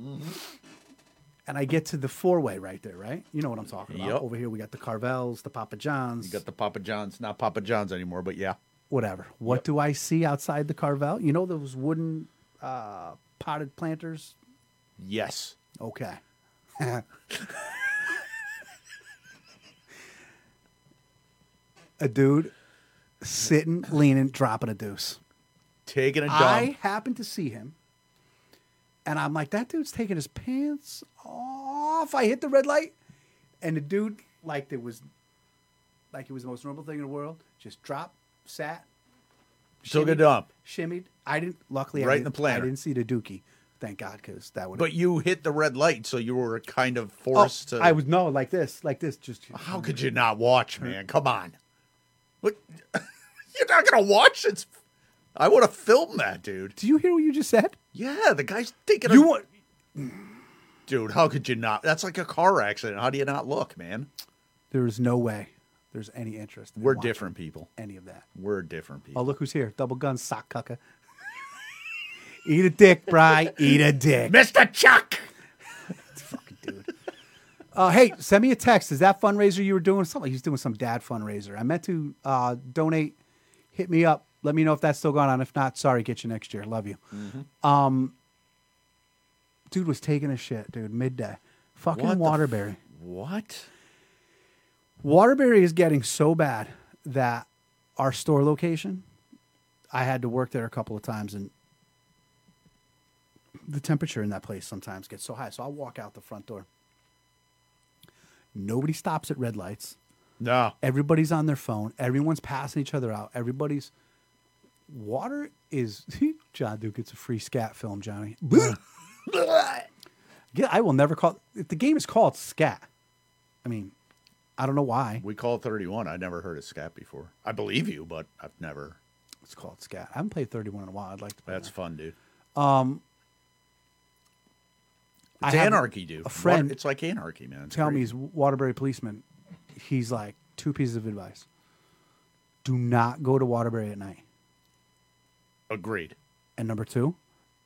B: And I get to the four way right there, right? You know what I'm talking about.
C: Yup.
B: Over here, we got the Carvels, the Papa Johns.
C: you got the Papa John's, not Papa John's anymore, but yeah.
B: whatever. What do I see outside the Carvel? You know those wooden uh, potted planters?
C: Yes.
B: Okay. a dude sitting, leaning, dropping a deuce.
C: Taking a dump.
B: I happened to see him, and I'm like, that dude's taking his pants off. I hit the red light, and the dude, like it was, like it was the most normal thing in the world, just dropped, sat,
C: Took a
B: shimmied,
C: dump.
B: shimmied. I didn't. Luckily, I
C: Right in
B: didn't,
C: the planter.
B: I didn't see the dookie. Thank God, because that would.
C: But you hit the red light, so you were kind of
B: oh,
C: forced to.
B: I was no like this, like this. Just
C: How could you not watch, man? Come on. What? You're not gonna watch it. I would have filmed that, dude.
B: do you hear what you just said?
C: Yeah, the guy's taking a.
B: You want?
C: dude, how could you not? That's like a car accident. How do you not look, man?
B: There is no way. There's any interest. in
C: We're
B: watching
C: different people.
B: Any of that.
C: We're different
B: Oh,
C: people.
B: look who's here. Double gun sock cucker. Eat a dick, Bry. Eat a dick.
C: Mr. Chuck.
B: Fucking dude. Uh, hey, send me a text. Is that fundraiser you were doing? Something like he's doing some dad fundraiser. I meant to uh, donate. Hit me up. Let me know if that's still going on. If not, sorry, get you next year. Love you. Um,
C: Mm-hmm.
B: dude was taking a shit, dude, midday. Fucking
C: What the
B: Waterbury.
C: What?
B: Waterbury is getting so bad that our store location, I had to work there a couple of times, and the temperature in that place sometimes gets so high. So I walk out the front door. Nobody stops at red lights.
C: No.
B: Everybody's on their phone. Everyone's passing each other out. Everybody's water is John Duke gets a free scat film, Johnny. yeah, I will never call if the game is called scat. I mean, I don't know why.
C: We call 31. I never heard of scat before. I believe you, but I've never.
B: It's called Scat. I haven't played 31 in a while. I'd like to play
C: That's
B: that.
C: fun, dude. It's
B: I Um, have
C: anarchy, dude.
B: a friend-
C: What- It's like anarchy, man. It's
B: Tell me,
C: crazy.
B: he's Waterbury policeman. He's like, two pieces of advice. Do not go to Waterbury at night.
C: Agreed.
B: And number two,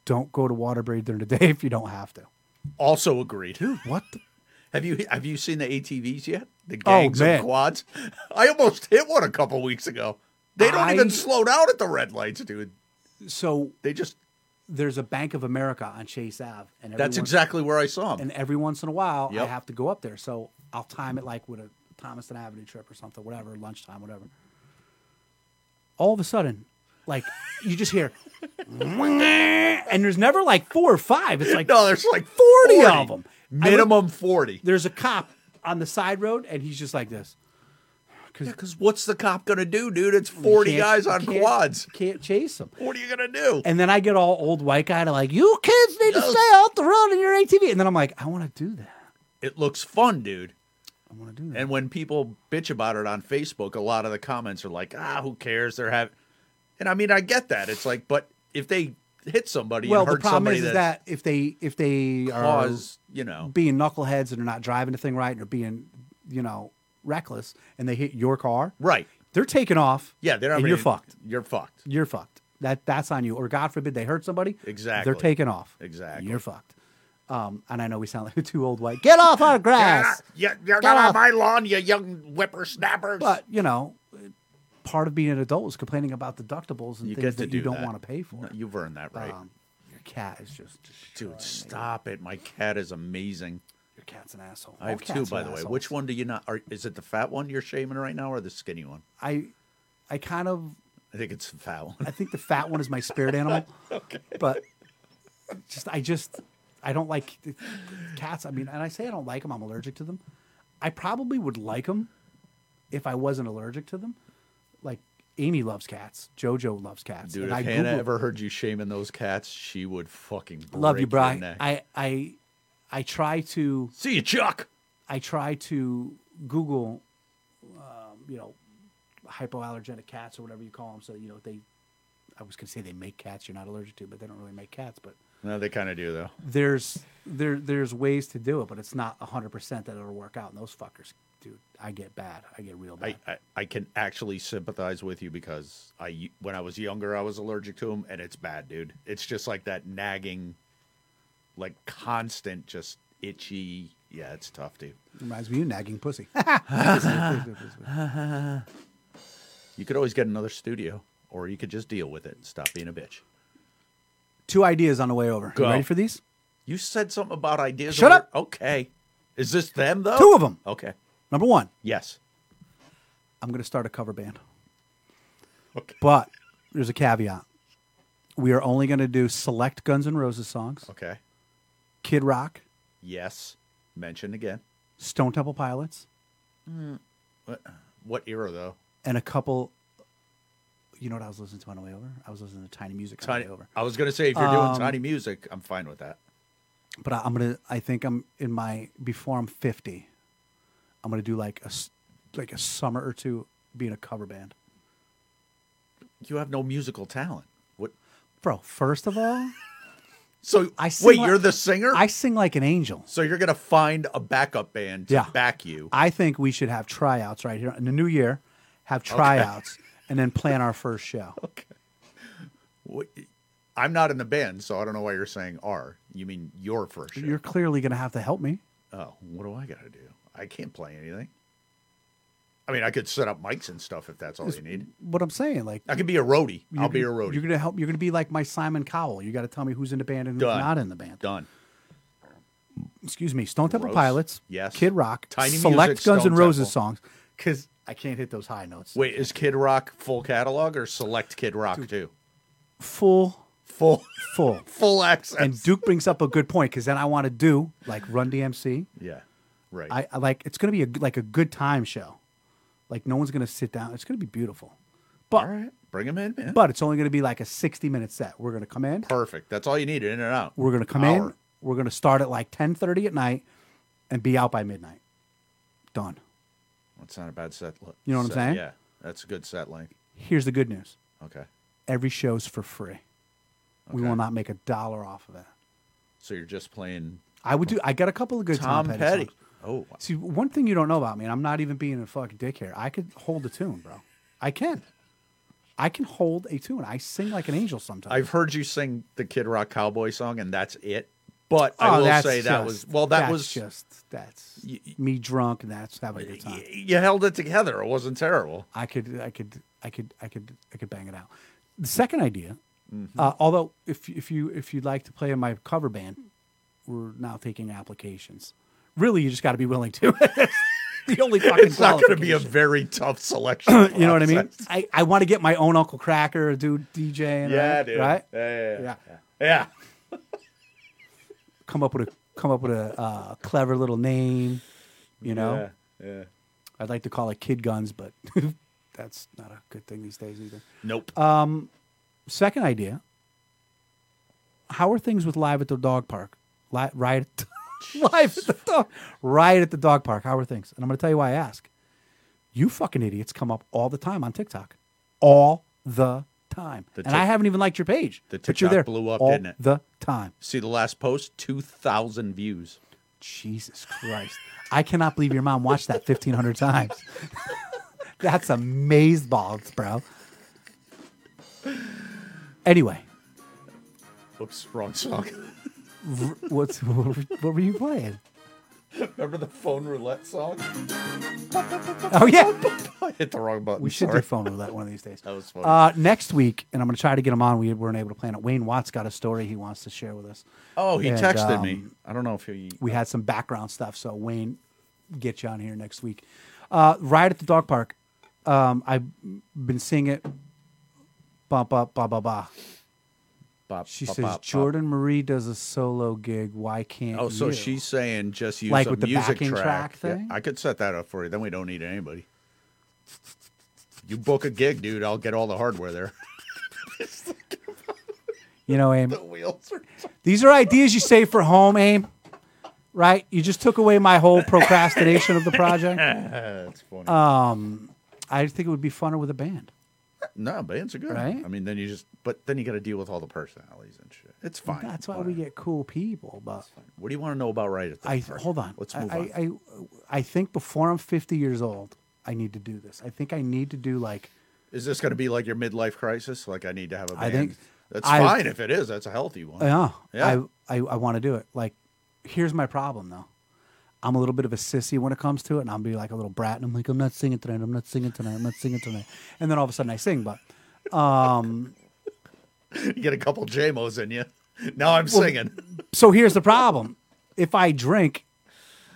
B: Don't go to Waterbury during the day if you don't have to.
C: Also agreed.
B: What? The?
C: Have you have you seen the ATVs yet? The gangs
B: Oh, man.
C: of quads. I almost hit one a couple weeks ago. They don't
B: I-
C: even slow down at the red lights, dude.
B: So
C: They just.
B: there's a Bank of America on Chase Ave, and every
C: That's
B: once-
C: exactly where I saw them.
B: And every once in a while, I
C: Yep.
B: have to go up there, so I'll time it like with a Thomaston Avenue trip or something, whatever, lunchtime, whatever. All of a sudden, like you just hear, and there's never like four or five. It's like
C: no, there's like
B: 40
C: forty,
B: of 'em. I look-
C: Minimum forty.
B: there's a cop on the side road, and he's just like this.
C: Because what's the cop gonna do, dude? It's forty
B: Can't-
C: guys on
B: can't-
C: quads.
B: Can't chase him.
C: What are you gonna do?
B: And then I get all old white guy to like, you kids need to
C: No.
B: stay off the road in your ATV. And then I'm like, I want to do that.
C: It looks fun, dude.
B: I want to do that.
C: And when people bitch about it on Facebook, a lot of the comments are like, "Ah, who cares? They're having." And I mean, I get that. It's like, but if they hit somebody
B: well,
C: and
B: the
C: hurt
B: problem
C: somebody,
B: is, is
C: that's
B: that if they if they are
C: cause you know,
B: being knuckleheads and they're not driving the thing right and they're being you know reckless and they hit your car,
C: right?
B: they're taking off.
C: Yeah, they're not.
B: And you're
C: ready-
B: fucked.
C: You're fucked.
B: You're fucked. That that's on you. Or God forbid they hurt somebody.
C: Exactly.
B: They're taking off.
C: Exactly.
B: You're fucked. Um, and I know we sound like two old white. Get off our grass.
C: Yeah, you're
B: Get
C: not
B: off.
C: on my lawn, you young whippersnappers.
B: But you know, part of being an adult is complaining about deductibles and
C: You
B: things
C: get to
B: that you
C: do
B: don't
C: that.
B: want to pay for.
C: No, you've earned that right,
B: um, your cat is just
C: dude. Stop it. My cat is amazing.
B: your cat's an asshole.
C: I have
B: All
C: two,
B: cats
C: by
B: are
C: the way.
B: assholes.
C: Which one do you not? Are, is it the fat one you're shaming right now, or the skinny one?
B: I I kind of
C: I think it's the fat one.
B: I think the fat one is my spirit animal. But just I just I don't like the- cats. I mean, and I say I don't like them. I'm allergic to them. I probably would like them if I wasn't allergic to them. Like Amy loves cats. JoJo loves cats.
C: Dude,
B: and
C: if
B: I
C: Hannah
B: Googled-
C: ever heard you shaming those cats, she would fucking break
B: love you,
C: your
B: Bri.
C: neck.
B: I I I try to
C: See you, Chuck.
B: I try to Google, um, you know, hypoallergenic cats or whatever you call them. So you know they, I was gonna say they make cats you're not allergic to, but they don't really make cats. But
C: No, they kind of do though.
B: there's there there's ways to do it, but it's not hundred percent that it'll work out. And those fuckers, dude, I get bad. I get real bad.
C: I, I, I can actually sympathize with you because I when I was younger I was allergic to them and it's bad, dude. It's just like that nagging, like constant, just itchy. Yeah, it's tough, dude.
B: Reminds me of you nagging pussy.
C: You could always get another studio, or you could just deal with it and stop being a bitch.
B: Two ideas on the way over. You
C: Go.
B: ready for these?
C: You said something about ideas.
B: Shut
C: over-
B: up.
C: Okay, is this them though?
B: Two of 'em.
C: Okay.
B: Number one,
C: Yes.
B: I'm gonna start a cover band.
C: Okay.
B: But there's a caveat. We are only going to do select Guns N' Roses songs,
C: Okay.
B: Kid Rock,
C: Yes. Mention again.
B: Stone Temple Pilots,
C: What era though?
B: and a couple. You know what I was listening to on the way over? I was listening to Tiny Music on
C: Tiny.
B: the way over.
C: I was gonna say if you're doing
B: Um,
C: tiny music, I'm fine with that.
B: But I, I'm gonna. I think I'm in my before I'm 50. I'm gonna do like a s- like a summer or two being a cover band,
C: You have no musical talent. What?
B: bro. First of all,
C: So
B: I
C: I
B: sing
C: wait,
B: like-
C: you're the singer.
B: I sing like an angel.
C: so you're gonna find a backup band to
B: Yeah.
C: back you.
B: I think we should have tryouts right here in the new year. Have tryouts and then plan our first show.
C: What- I'm not in the band, so I don't know why you're saying "are." You mean your first? show.
B: You're clearly gonna have to help me.
C: Oh, what do I gotta do? I can't play anything. I mean, I could set up mics and stuff if that's all you need.
B: What I'm saying, like
C: I could be a roadie. I'll be a
B: You're- You're
C: roadie.
B: gonna help. You're gonna be like my Simon Cowell. You got to tell me who's in the band and who's
C: Done.
B: not in the band.
C: Done.
B: Excuse me. Stone Temple
C: Gross.
B: Pilots.
C: Yes.
B: Kid Rock.
C: Tiny
B: select
C: Music,
B: Guns
C: Stone
B: N' Roses
C: Temple.
B: songs because I can't hit those high notes.
C: Wait, is Kid Rock full catalog or select Kid Rock too?
B: Full,
C: Full,
B: full.
C: full access.
B: and Duke brings up a good point because then I want to do like Run DMC.
C: yeah, right.
B: I, I like it's gonna be a, like a good time show. Like no one's gonna sit down. It's gonna be beautiful,
C: all
B: but
C: right, bring him in, man.
B: but it's only gonna be like a sixty minute set. We're gonna come in.
C: Perfect. That's all you need. In and out.
B: We're gonna come
C: Hour.
B: in. We're gonna start at like ten thirty at night, and be out by midnight. Done.
C: That's not a bad set. Look,
B: You know what I'm
C: set-
B: saying?
C: Yeah, that's a good set length.
B: Here's the good news:
C: Okay,
B: every show's for free. We will not make a dollar off of it.
C: so you're just playing
B: I would do. I got a couple of good
C: Tom,
B: Tom,
C: Petty.
B: songs.
C: Oh,
B: See, one thing you don't know about me, and I'm not even being a fucking dick here. I could hold a tune, bro. I can. I can hold a tune. I sing like an angel sometimes.
C: I've heard you sing the Kid Rock Cowboy song, and that's it. But
B: Oh,
C: I will
B: that's
C: say that
B: just-
C: was well. That
B: that's
C: was
B: just that's
C: Y- y-
B: me drunk, and that's having a good time.
C: y- you held it together. It wasn't terrible.
B: I could, I could, I could, I could, I could bang it out. The second idea,
C: Mm-hmm.
B: uh, although if if you if you'd like to play in my cover band, we're now taking applications. Really, you just got to be willing to. the only fucking
C: It's not going to be a
B: qualification.
C: very tough selection.
B: you know what I mean?
C: process.
B: I, I want to get my own Uncle Cracker, dude, DJ, and
C: Yeah,
B: right,
C: dude.
B: right?
C: Yeah, yeah, yeah.
B: Yeah.
C: yeah.
B: Come up with a come up with a uh, clever little name. You know,
C: Yeah, yeah.
B: I'd like to call it Kid Guns, but that's not a good thing these days either.
C: Nope.
B: Uh, Um, Second idea. How are things with live at the dog park? Li- right, live at the dog, right at the dog park. How are things? And I'm going to tell you why I ask. You fucking idiots come up all the time on TikTok, all the time,
C: The
B: and
C: Tik-
B: I haven't even liked your page.
C: the
B: but you're
C: TikTok
B: there
C: blew up,
B: all
C: didn't it?
B: The time.
C: See the last post, two thousand views.
B: Jesus Christ! I cannot believe your mom watched that 1,500 times. That's amazeballs, bro. Anyway,
C: Oops, wrong song.
B: what's what were you playing?
C: Remember the phone roulette song?
B: Oh yeah,
C: I hit the wrong button.
B: we should
C: sorry.
B: do phone roulette one of these days.
C: That was funny.
B: Uh, next week, and I'm going to try to get him on. We weren't able to plan it. Wayne Watts got a story he wants to share with us.
C: oh, he
B: and,
C: texted me.
B: um,
C: I don't know if he.
B: We had some background stuff, so Wayne, get you on here next week. Uh, ride at the dog park. Um, I've been seeing it. Bump up, ba ba ba.
C: Bop,
B: She
C: bop,
B: says
C: bop, bop.
B: Jordan Marie does a solo gig. Why can't?
C: Oh, so
B: you?"
C: she's saying just use
B: Like
C: a
B: with the
C: music
B: backing track
C: Yeah,
B: thing?
C: I could set that up for you. Then we don't need anybody. You book a gig, dude. I'll get all the hardware there.
B: you know, Aim.
C: the wheels are.
B: These are ideas you save for home, Aim. Right? You just took away my whole procrastination of the project. Um,
C: That's funny.
B: Uh, I think it would be funner with a band.
C: no, bands are good.
B: right?
C: I mean, then you just, but then you got to deal with all the personalities and shit. It's fine.
B: That's why we get cool people. But
C: What do you want to know about right at the
B: I
C: park?
B: hold on.
C: Let's
B: I-
C: move
B: I,
C: on.
B: I, I think before I'm 50 years old, I need to do this. I think I need to do like
C: Is this going to be like your midlife crisis? Like I need to have a band.
B: I Uh, think
C: that's
B: I've-
C: fine if it is. That's a healthy one.
B: Yeah.
C: Yeah.
B: I, I, I want to do it. Like, here's my problem though. I'm a little bit of a sissy when it comes to it, and I'll be like a little brat, and I'm like, I'm not singing tonight. I'm not singing tonight. I'm not singing tonight. And then all of a sudden, I sing. But um,
C: You get a couple JMOs in you. Now I'm singing.
B: so here's the problem: if I drink,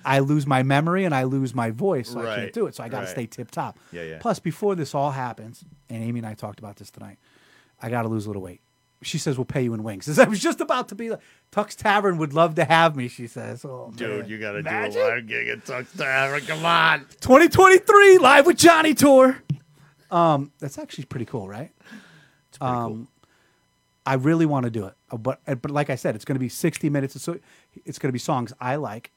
B: I lose my memory and I lose my voice, so I
C: Right,
B: can't do it. So I got to
C: right.
B: stay tip top.
C: Yeah, yeah.
B: Plus, before this all happens, and Amy and I talked about this tonight, I got to lose a little weight. She says we'll pay you in wings. I was just about to be like, Tux Tavern would love to have me. She says, oh,
C: Dude,
B: man.
C: you got to do a live gig at Tux Tavern. Come on.
B: 2023 live with Johnny tour. Um, that's actually pretty cool, right?
C: It's pretty cool.
B: I really want to do it, Uh, but uh, but like I said, it's going to be 60 minutes. So it's going to be songs I like.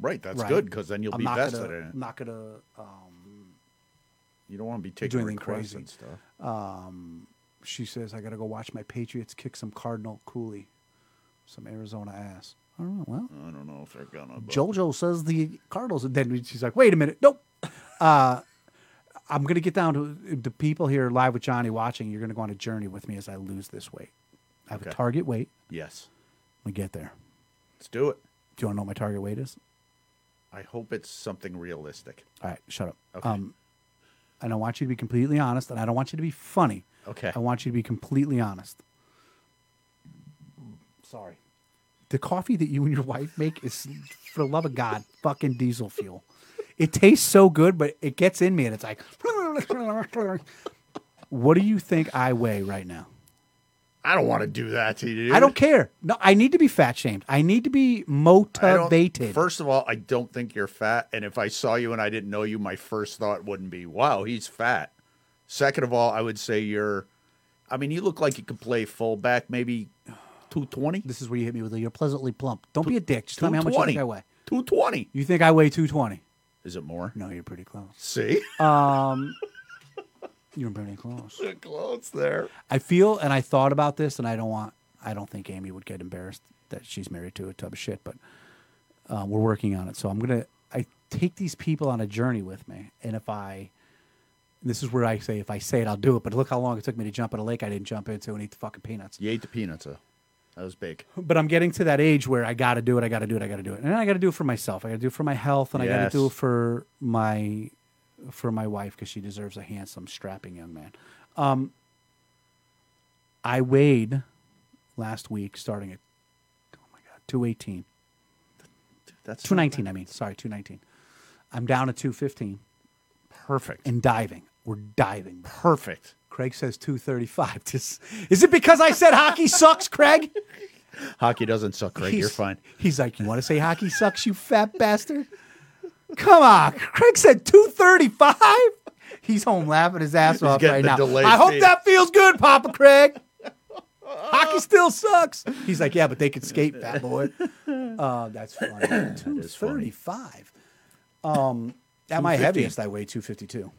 C: Right, that's
B: right?
C: good because then you'll
B: I'm
C: be
B: not
C: vested
B: gonna,
C: in it.
B: I'm not gonna. Um,
C: You don't want to be taking
B: doing anything
C: requests
B: crazy.
C: and stuff.
B: Um, she says I got to go watch my Patriots kick some Cardinal Cooley, some Arizona ass. All right, well,
C: I don't know if they're gonna. But
B: JoJo says the Cardinals. And then she's like, wait a minute, nope. Uh, I'm gonna get down to the people here live with Johnny watching. You're gonna go on a journey with me as I lose this weight. I have a
C: Okay.
B: target weight.
C: yes,
B: We get there.
C: let's do it.
B: Do you want to know what my target weight is?
C: I hope it's something realistic.
B: All right, shut up.
C: Okay.
B: Um, and I want you to be completely honest, and I don't want you to be funny.
C: Okay.
B: I want you to be completely honest. Sorry. The coffee that you and your wife make is, for the love of God, fucking diesel fuel. It tastes so good, but it gets in me, and it's like. what do you think I weigh right now?
C: I don't want to do that to you.
B: I don't care. No, I need to be fat shamed. I need to be motivated.
C: First of all, I don't think you're fat, and if I saw you and I didn't know you, my first thought wouldn't be, "Wow, he's fat." Second of all, I would say you're. I mean, you look like you could play fullback, maybe two twenty.
B: this is where you hit me with the you're pleasantly plump. Don't be a dick. Just tell me how much you think I weigh.
C: Two twenty.
B: You think I weigh 220?
C: Is it more?
B: No, you're pretty close. Um,
C: See,
B: You're pretty close.
C: close there.
B: I feel and I thought about this, and I don't want, I don't think Amy would get embarrassed that she's married to a tub of shit, but uh, we're working on it. So I'm going to, I take these people on a journey with me. And if I This is where I say, if I say it, I'll do it. But look how long it took me to jump in a lake I didn't jump into and eat the fucking peanuts.
C: You ate the peanuts though. That was big.
B: But I'm getting to that age where I got to do it. I got to do it. I got to do it. And I got to do it for myself. I got to do it for my health, and I got
C: Yes.
B: to do it for my for my wife because she deserves a handsome, strapping young man. Um, I weighed last week, starting at oh my god, two eighteen.
C: That's
B: 219, I mean. Sorry, 219. I'm down to 215
C: perfect.
B: and diving. We're diving.
C: Perfect.
B: Craig says 235. Just, is it because I said hockey sucks, Craig?
C: Hockey doesn't suck, Craig. You're
B: He's-
C: fine.
B: He's like, You want to say hockey sucks, you fat bastard? Come on. Craig said 235. He's home laughing his ass off
C: getting
B: right
C: the
B: now.
C: delayed
B: I hope
C: feed.
B: that feels good, Papa Craig. Hockey still sucks. He's like, yeah, but they can skate, fat boy. Uh, that's funny. Two thirty-five. Um, at my
C: 250.
B: heaviest, I weigh two fifty-two.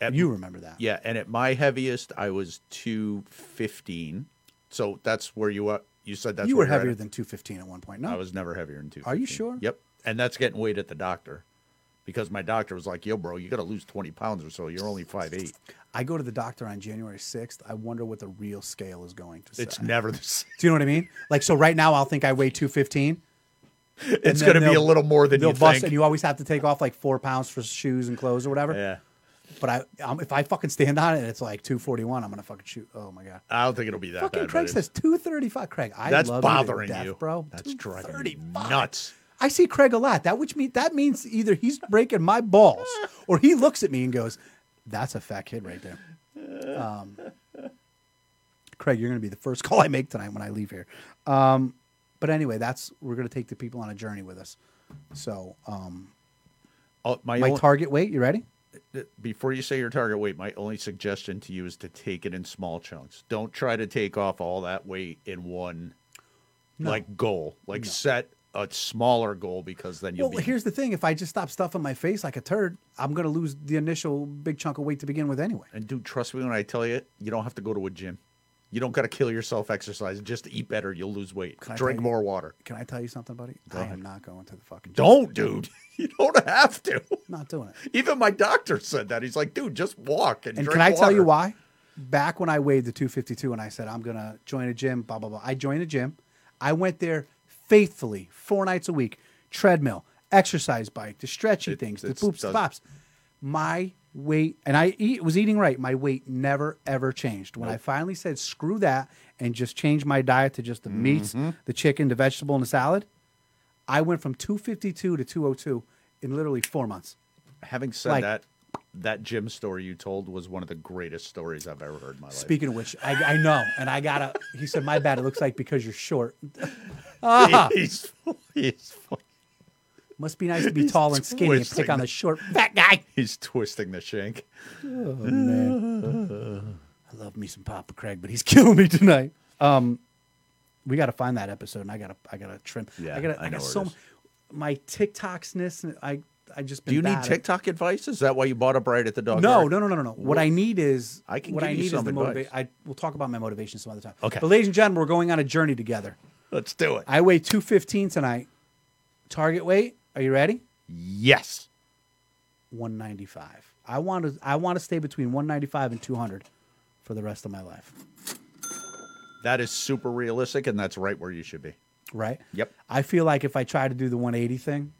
C: At-
B: You remember that?
C: Yeah, and at my heaviest, I was two fifteen. So that's where you are. You said that's
B: you
C: where
B: were
C: you're at.
B: heavier than two fifteen at one point. No,
C: I was never heavier than two.
B: Are you sure?
C: Yep. And that's getting weighed at the doctor, because my doctor was like, "Yo, bro, you got to lose twenty pounds or so. You're only five eight.
B: I go to the doctor on January sixth. I wonder what the real scale is going to say.
C: It's never the same.
B: Do you know what I mean? Like, so right now, I'll think I weigh two fifteen.
C: It's
B: then
C: going to be a
B: they'll-
C: little more than
B: They'll
C: you
B: bust,
C: think.
B: and you always have to take off like four pounds for shoes and clothes or whatever.
C: yeah,
B: But I, um, if I fucking stand on it, it's like two forty-one. I'm gonna fucking shoot. Oh my god.
C: I don't think it'll be that
B: Fucking
C: bad.
B: Craig
C: but it-
B: says two thirty-five. Craig, I
C: that's
B: love
C: bothering
B: you, to death,
C: you,
B: bro.
C: That's driving me
B: 235.
C: nuts.
B: I see Craig a lot. That which mean that means either he's breaking my balls or he looks at me and goes, "That's a fat kid right there." Um, Craig, you're going to be the first call I make tonight when I leave here. Um, but anyway, that's we're going to take the people on a journey with us. So um,
C: Oh, my
B: my
C: own-
B: target weight. You ready?
C: before you say your target weight, my only suggestion to you is to take it in small chunks. Don't try to take off all that weight in one like goal. Like set a smaller goal because then you'll
B: Well,
C: be
B: here's the thing: if I just stop stuffing my face like a turd, I'm going to lose the initial big chunk of weight to begin with anyway.
C: and dude, trust me when I tell you, you don't have to go to a gym. You don't gotta kill yourself exercising. Just eat better, you'll lose weight.
B: I
C: Drink
B: tell you-
C: more water.
B: Can I tell you something, buddy? I am not going to the fucking. Gym.
C: Don't, dude. You don't have to.
B: Not doing it.
C: Even my doctor said that. He's like, dude, just walk and,
B: And
C: drink
B: can I tell you
C: water."
B: why? Back when I weighed the 252 and I said, I'm going to join a gym, blah, blah, blah. I joined a gym. I went there faithfully four nights a week treadmill, exercise bike, the stretchy
C: It-
B: things, the
C: it's-
B: boops, the
C: does-
B: bops. My weight, and I eat, was eating right, my weight never, ever changed. When I finally said, screw that, and just changed my diet to just the
C: Mm-hmm.
B: meats, the chicken, the vegetable, and the salad, I went from 252 to 202 in literally four months.
C: Having said
B: Like-
C: that, that gym story you told was one of the greatest stories I've ever heard in my life.
B: Speaking of which, I, I know, and I gotta. He said, "My bad." It looks like because you're short. Ah,
C: he's, he's,
B: must be nice to be tall and skinny and pick
C: twisting.
B: on the short fat guy.
C: he's twisting the shank.
B: I love me some Papa Craig, but he's killing me tonight. Um, we gotta find that episode, and I gotta, I gotta trim.
C: Yeah,
B: I gotta,
C: I
B: I,
C: know
B: got
C: where it
B: so
C: is.
B: mu- my TikToksness. and I, I just. Been
C: Do you
B: bad
C: need
B: at-
C: TikTok advice? Is that why you bought up right at the dog?
B: No,
C: yard?
B: no, no, no, no, no. What I need is
C: I can
B: what
C: give
B: I
C: you
B: need is
C: some
B: the
C: advice.
B: motivation. I we'll talk about my motivation some other time.
C: Okay.
B: But ladies and gentlemen, we're going on a journey together.
C: Let's do it.
B: I weigh 215 tonight. Target weight. Are you ready?
C: yes.
B: 195. I want to I want to stay between 195 and 200 for the rest of my life,
C: That is super realistic, and that's right where you should be.
B: right?
C: Yep.
B: I feel like if I try to do the 180 thing,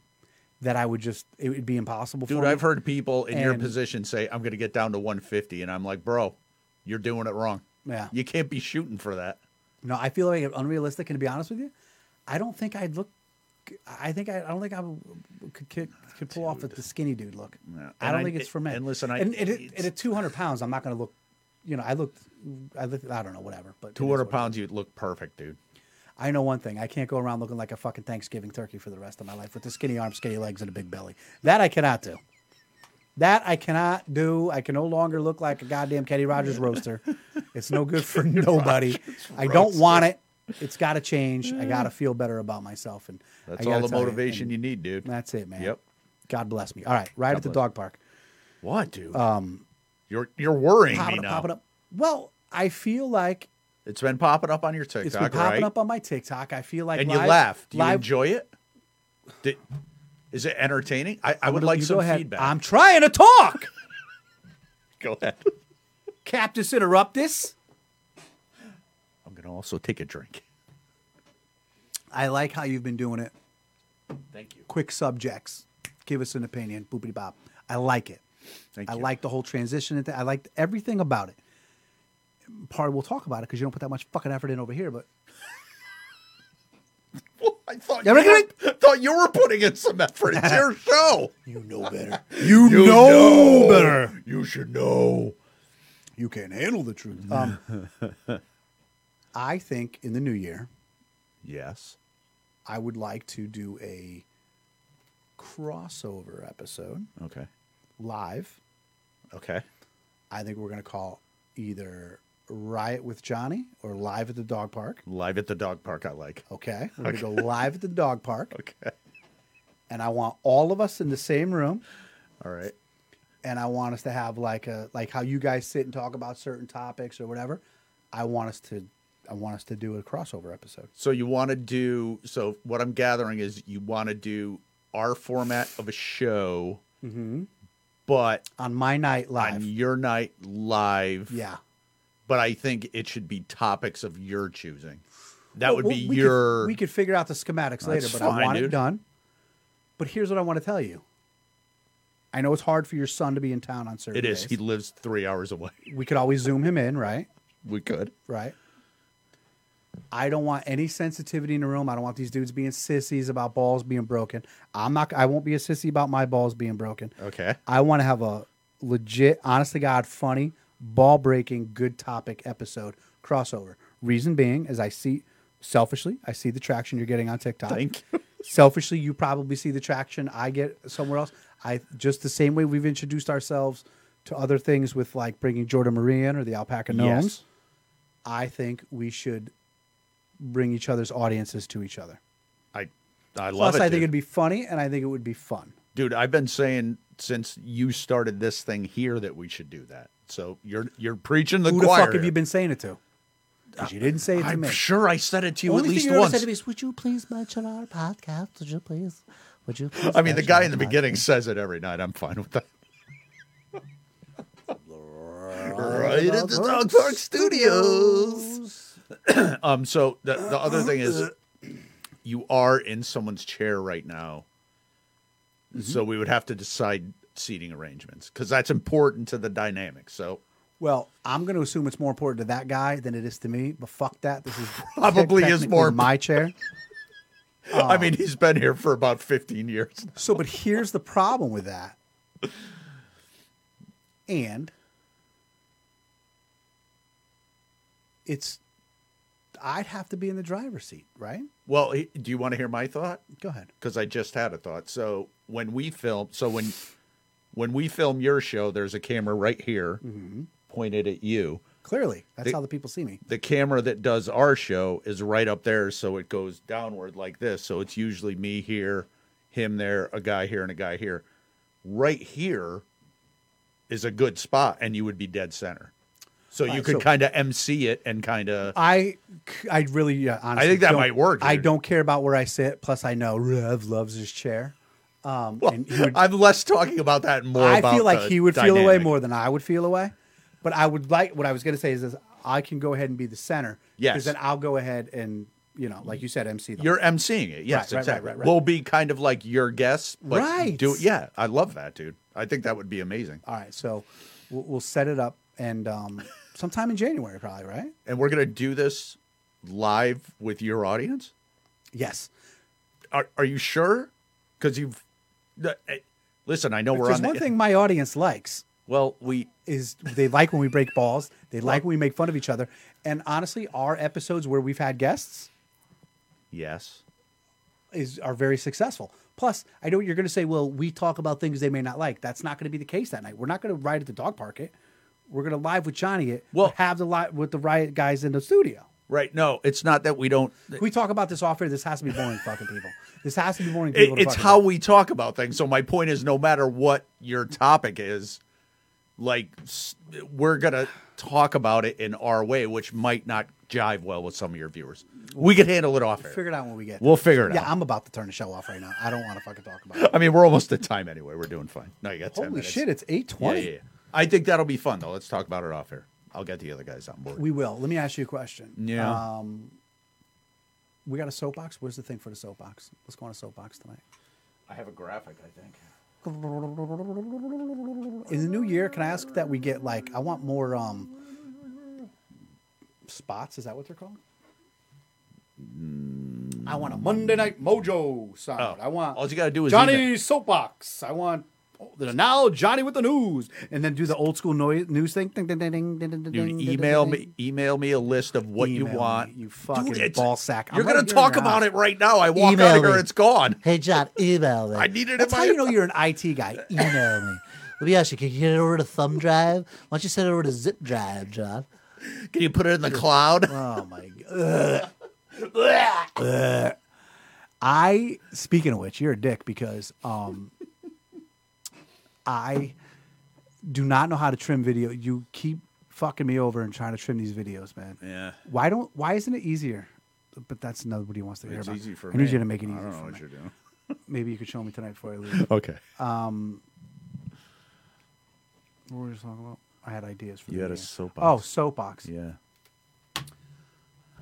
B: that I would just it would be impossible for
C: Dude,
B: me.
C: I've heard people in your
B: And-
C: position say, I'm going to get down to 150. And I'm like, bro, you're doing it wrong.
B: Yeah.
C: You can't be shooting for that.
B: No, I feel like it's unrealistic and to be honest with you, I don't think I'd look I think I, I don't think I could could, could pull off the, the skinny dude look. I
C: And
B: don't
C: I-
B: think it's for men.
C: and listen, I-
B: and, and at-
C: it's-
B: and at 200 pounds, I'm not going to look. You know, I looked. I looked. I don't know, whatever. But it is
C: 200
B: what it is.
C: pounds, you'd look perfect, dude.
B: I know one thing. I can't go around looking like a fucking Thanksgiving turkey for the rest of my life with the skinny arms, skinny legs, and a big belly. That I cannot do. That I cannot do. I can no longer look like a goddamn Kenny Rogers roaster. It's no good for nobody. I don't want it. It's got to change. I got to feel better about myself. And
C: That's
B: I
C: all
B: gotta
C: the
B: tell
C: motivation
B: and
C: you, need, dude.
B: That's it, man.
C: Yep.
B: God bless me. All right, right at the dog park.
C: What, dude? Um, you're you're worrying me
B: Popping up,
C: now.
B: popping up. Well, I feel like
C: It's been popping up on your TikTok,
B: it's been popping
C: right?
B: up on my TikTok. I feel like
C: and
B: live-
C: you laugh. Do you
B: live-
C: enjoy it? Did, is it entertaining? I, I would
B: Well,
C: like
B: you
C: some
B: go ahead.
C: feedback.
B: I'm trying to talk.
C: Go ahead.
B: Captus interruptus.
C: I'm gonna also take a drink.
B: I like how you've been doing it.
C: Thank you.
B: Quick subjects. Give us an opinion. Boopity bop. I like it.
C: Thank
B: I
C: you.
B: like the whole transition. and thi- I liked everything about it. Part we'll talk about it because you don't put that much fucking effort in over here, but
C: Well, I thought
B: Yeah,
C: you,
B: we're
C: were, thought you were putting in some effort. It's your show.
B: you know better.
C: You, know, better. You should know.
B: you can't handle the truth. Um, I think in the new year,
C: Yes.
B: I would like to do a crossover episode
C: Okay.
B: live.
C: Okay.
B: I think we're going to call either Riot with Johnny or Live at the Dog Park.
C: Live at the dog park. I like.
B: Okay. We're going to go live at the dog park.
C: Okay.
B: And I want all of us in the same room.
C: All right.
B: And I want us to have like a, like how you guys sit and talk about certain topics or whatever. I want us to, I want us to do a crossover episode.
C: So you want to do? So what I'm gathering is you want to do our format of a show, Mm-hmm. but
B: On my night live.
C: on your night live.
B: yeah.
C: But I think it should be topics of your choosing. That would
B: Well,
C: be
B: we could-
C: your.
B: we could figure out the schematics later,
C: That's
B: but I
C: fine,
B: want it
C: dude.
B: done. But here's what I want to tell you. I know it's hard for your son to be in town on certain
C: it is. He
B: days.
C: lives three hours away.
B: we could always zoom him in, right?
C: We could.
B: Right. I don't want any sensitivity in the room. I don't want these dudes being sissies about balls being broken. I'm not. I won't be a sissy about my balls being broken.
C: Okay.
B: I want to have a legit, honest to God, funny, ball breaking, good topic episode crossover. Reason being is I see selfishly, I see the traction you're getting on TikTok.
C: Thank you.
B: Selfishly, you probably see the traction I get somewhere else. I just the same way we've introduced ourselves to other things with like bringing Jordan Marie in or the alpaca gnomes.
C: Yes.
B: I think we should bring each other's audiences to each other.
C: I I love
B: Plus,
C: it.
B: I think
C: dude.
B: it'd be funny, and I think it would be fun.
C: dude, I've been saying since you started this thing here that we should do that. So you're you're preaching the
B: Who the
C: choir.
B: fuck have you been saying it to? 'Cause you didn't say it to
C: I'm
B: me.
C: sure I said it to you at
G: only
C: least
G: thing you
C: once.
G: Ever said to me is, would you please mention our podcast? Would you please? Would you? Please
C: I mean, the
G: mention
C: guy
G: our
C: in the
G: podcast?"
C: beginning says it every night. I'm fine with that. right at the Dog Park Studios. um. So the the other thing is, you are in someone's chair right now, so we would have to decide seating arrangements because that's important to the dynamic. So
B: Well, I'm going to assume it's more important to that guy than it is to me. But fuck that. This is
C: Probably is
B: technically
C: more-
B: my chair.
C: I mean, he's been here for about 15 years.
B: So, but here's the problem with that. And it's, I'd have to be in the driver's seat, right?
C: Well, he- do you want to hear my thought?
B: Go ahead.
C: because I just had a thought. So when we film, so when when we film your show, there's a camera right here
B: Mm-hmm.
C: pointed at you.
B: Clearly, that's
C: The-
B: how the people see me.
C: The camera that does our show is right up there, so it goes downward like this. So it's usually me here, him there, a guy here, and a guy here. Right here is a good spot, and you would be dead center. So you
B: Right,
C: could
B: so-
C: kind of MC it and kind of.
B: I, I really, yeah, honestly,
C: think that
B: don't-
C: might work,
B: I
C: dude.
B: don't care about where I sit. Plus, I know Rev loves his chair. Um, and he would
C: I'm less talking about that and more.
B: I
C: about
B: feel like
C: the
B: he would feel away
C: dynamic.
B: more than I would feel away. But I would like what I was going to say is, is I can go ahead and be the center.
C: Yes.
B: Because then I'll go ahead and you know, like you said, MC. The
C: You're emceeing it. Yes,
B: Right, right, right,
C: exactly.
B: right, right.
C: We'll be kind of like your guest, but
B: Right.
C: do yeah, I love that, dude. I think that would be amazing.
B: All right, so we'll, we'll set it up and um, sometime in January, probably, right?
C: And we're going to do this live with your audience?
B: Yes.
C: Are are you sure? Cuz you've the- eh, Listen, I know we're
B: There's
C: on
B: one
C: the,
B: thing my audience likes
C: Well, we
B: is they like when we break balls. They like when we make fun of each other. And honestly, our episodes where we've had guests
C: yes.
B: is are very successful. Plus, I know you're going to say, well, we talk about things they may not like. That's not going to be the case that night. We're not going to ride at the dog park it. We're going to live with Johnny it.
C: Well-
B: have the live with the riot guys in the studio.
C: Right. No, it's not that we don't
B: We talk about this off air. This has to be boring, to fucking people. This has to be boring. to
C: it-
B: people to
C: it's
B: fucking
C: how
B: people.
C: we talk about things. So my point is, no matter what your topic is, like s- we're gonna talk about it in our way, which might not jive well with some of your viewers. We could handle it off air.
B: figure it out when we get.
C: We'll figure it
B: yeah,
C: out.
B: I'm about to turn the show off right now. I don't want to fucking talk about it.
C: I mean, we're almost at time anyway. We're doing fine. No, you got ten
B: Holy
C: minutes.
B: shit! It's eight
C: Yeah,
B: twenty.
C: yeah, yeah. I think that'll be fun though. Let's talk about it off air. I'll get the other guys on board.
B: We will. Let me ask you a question.
C: Yeah.
B: Um, we got a soapbox. Where's the thing for the soapbox? Let's go on a soapbox tonight.
C: I have a graphic, I think.
B: In the new year, can I ask that we get like I want more um spots? Is that what they're called? I want a Monday Night Mojo sound. I want
C: Mm. Oh. All you gotta do is
B: Johnny
C: email.
B: Soapbox. I want the now Johnny with the news, and then do the old school noise, news thing. Ding, ding, ding, ding, ding, ding, ding,
C: Dude,
B: ding,
C: email
B: ding,
C: me
B: ding.
C: email me a list of what you
B: Email me,
C: want.
B: you fucking
C: it's-
B: ball sack. I'm
C: You're
B: right
C: gonna
B: here in
C: talk
B: your
C: about it
B: house.
C: right now. I walk
H: Email
C: out of here,
H: me.
C: it's gone.
H: Hey, John, email me.
C: I need it in
B: That's
C: my
B: how you know you're an IT guy.
H: email me. Let me ask you, can you get it over to thumb drive? Why don't you send it over to zip drive, John?
C: Can you put it in the cloud?
B: Oh my god. I speaking of which, you're a dick because um I do not know how to trim video. You keep fucking me over and trying to trim these videos, man.
C: Yeah.
B: Why don't why isn't it easier? But that's nobody wants to hear
C: It's
B: about.
C: easy for
B: I need
C: me.
B: you to make it
C: I
B: easier
C: don't know
B: for
C: what
B: me.
C: you're doing.
B: Maybe you could show me tonight before I leave.
C: Okay.
B: what were we just talking about? I had ideas for
C: You
B: the
C: had a
B: video.
C: soapbox.
B: Oh, soapbox.
C: Yeah.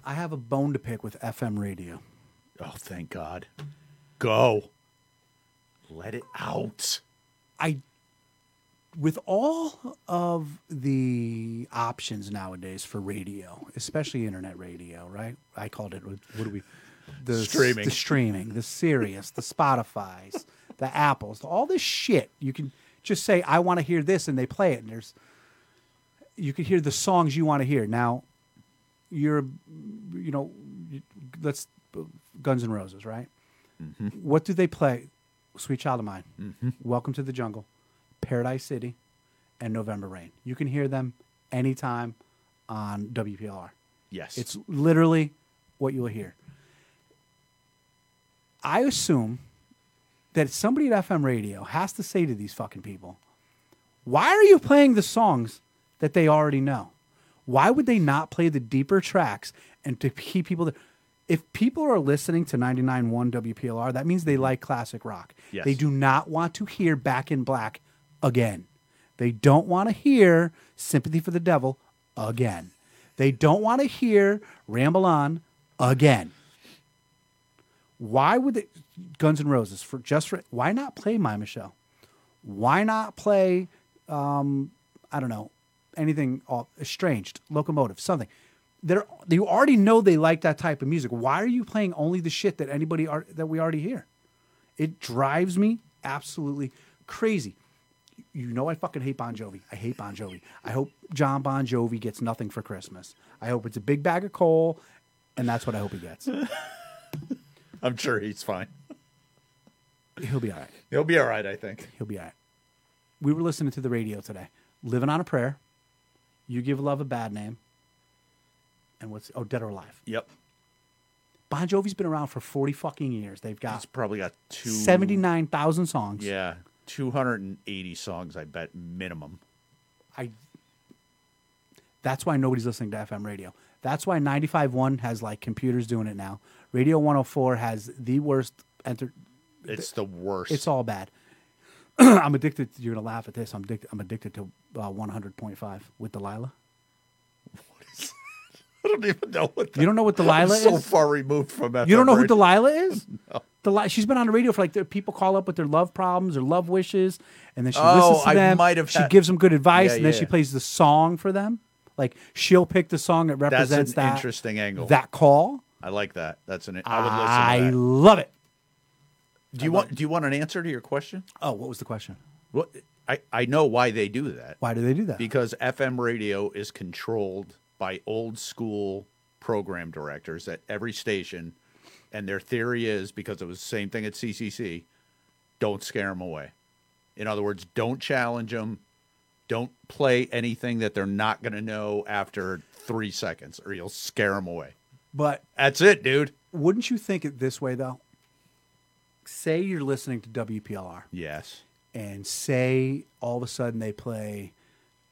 B: I have a bone to pick with FM radio.
C: Oh, thank God. Go. Let it out.
B: I with all of the options nowadays for radio, especially internet radio, right? I called it what what do we the
C: Streaming.
B: the streaming, the Sirius, the Spotify's, the Apples, all this shit. You can just say I want to hear this and they play it and there's you can hear the songs you want to hear. Now you're you know you- let's Guns N' Roses, right? What do they play? Sweet Child of Mine, Welcome to the Jungle, Paradise City, and November Rain. You can hear them anytime on WPLR.
C: Yes.
B: It's literally what you'll hear. I assume that somebody at FM radio has to say to these fucking people, why are you playing the songs that they already know? Why would they not play the deeper tracks and to keep people that if people are listening to 99.1 WPLR, that means they like classic rock.
C: Yes.
B: They do not want to hear Back in Black again. They don't want to hear Sympathy for the Devil again. They don't want to hear Ramble On again why would they, Guns N' Roses for just for why not play My Michelle? Why not play um, I don't know anything off, estranged locomotive something? They're, you already know they like that type of music. Why are you playing only the shit that anybody are, that we already hear? It drives me absolutely crazy. You know I fucking hate Bon Jovi. I hate Bon Jovi. I hope John Bon Jovi gets nothing for Christmas. I hope it's a big bag of coal, and that's what I hope he gets.
C: I'm sure he's fine.
B: He'll be all right.
C: He'll be all right, I think.
B: He'll be all right. We were listening to the radio today. Living on a Prayer. You Give Love a Bad Name. And what's oh Dead or Alive?
C: Yep.
B: Bon Jovi's been around for forty fucking years. They've
C: He's
B: got
C: probably got two
B: seventy nine thousand songs.
C: Yeah. Two hundred and eighty songs, I bet, minimum.
B: I. That's why nobody's listening to FM radio. That's why 95.1 has like computers doing it now. Radio 104 has the worst enter.
C: It's the worst.
B: It's all bad. I'm addicted. To, you're gonna laugh at this. I'm addicted. I'm addicted to uh, 100.5 with Delilah.
C: I don't even know what the
B: You don't know what Delilah
C: I'm so
B: is?
C: far removed from FM
B: You don't know who
C: radio.
B: Delilah is? Delilah, she's been on the radio for like the, people call up with their love problems or love wishes, and then she
C: Oh,
B: listens to
C: I
B: them.
C: might have
B: she
C: had-
B: gives them good advice,
C: Yeah,
B: and then
C: yeah.
B: she plays the song for them. Like she'll pick the song that
C: That's
B: represents
C: an
B: that
C: interesting angle.
B: that call.
C: I like that. That's an I would listen
B: I,
C: to that.
B: love it.
C: Do you want do you want an answer to your question?
B: Oh, what was the question?
C: What I, I know why they do that.
B: Why do they do that?
C: Because FM radio is controlled by old school program directors at every station and their theory is because it was the same thing at CCC, don't scare them away. In other words, don't challenge them. Don't play anything that they're not going to know after 3 seconds or you'll scare them away.
B: but
C: That's it, dude.
B: wouldn't you think it this way though? Say you're listening to WPLR.
C: Yes.
B: and say all of a sudden they play,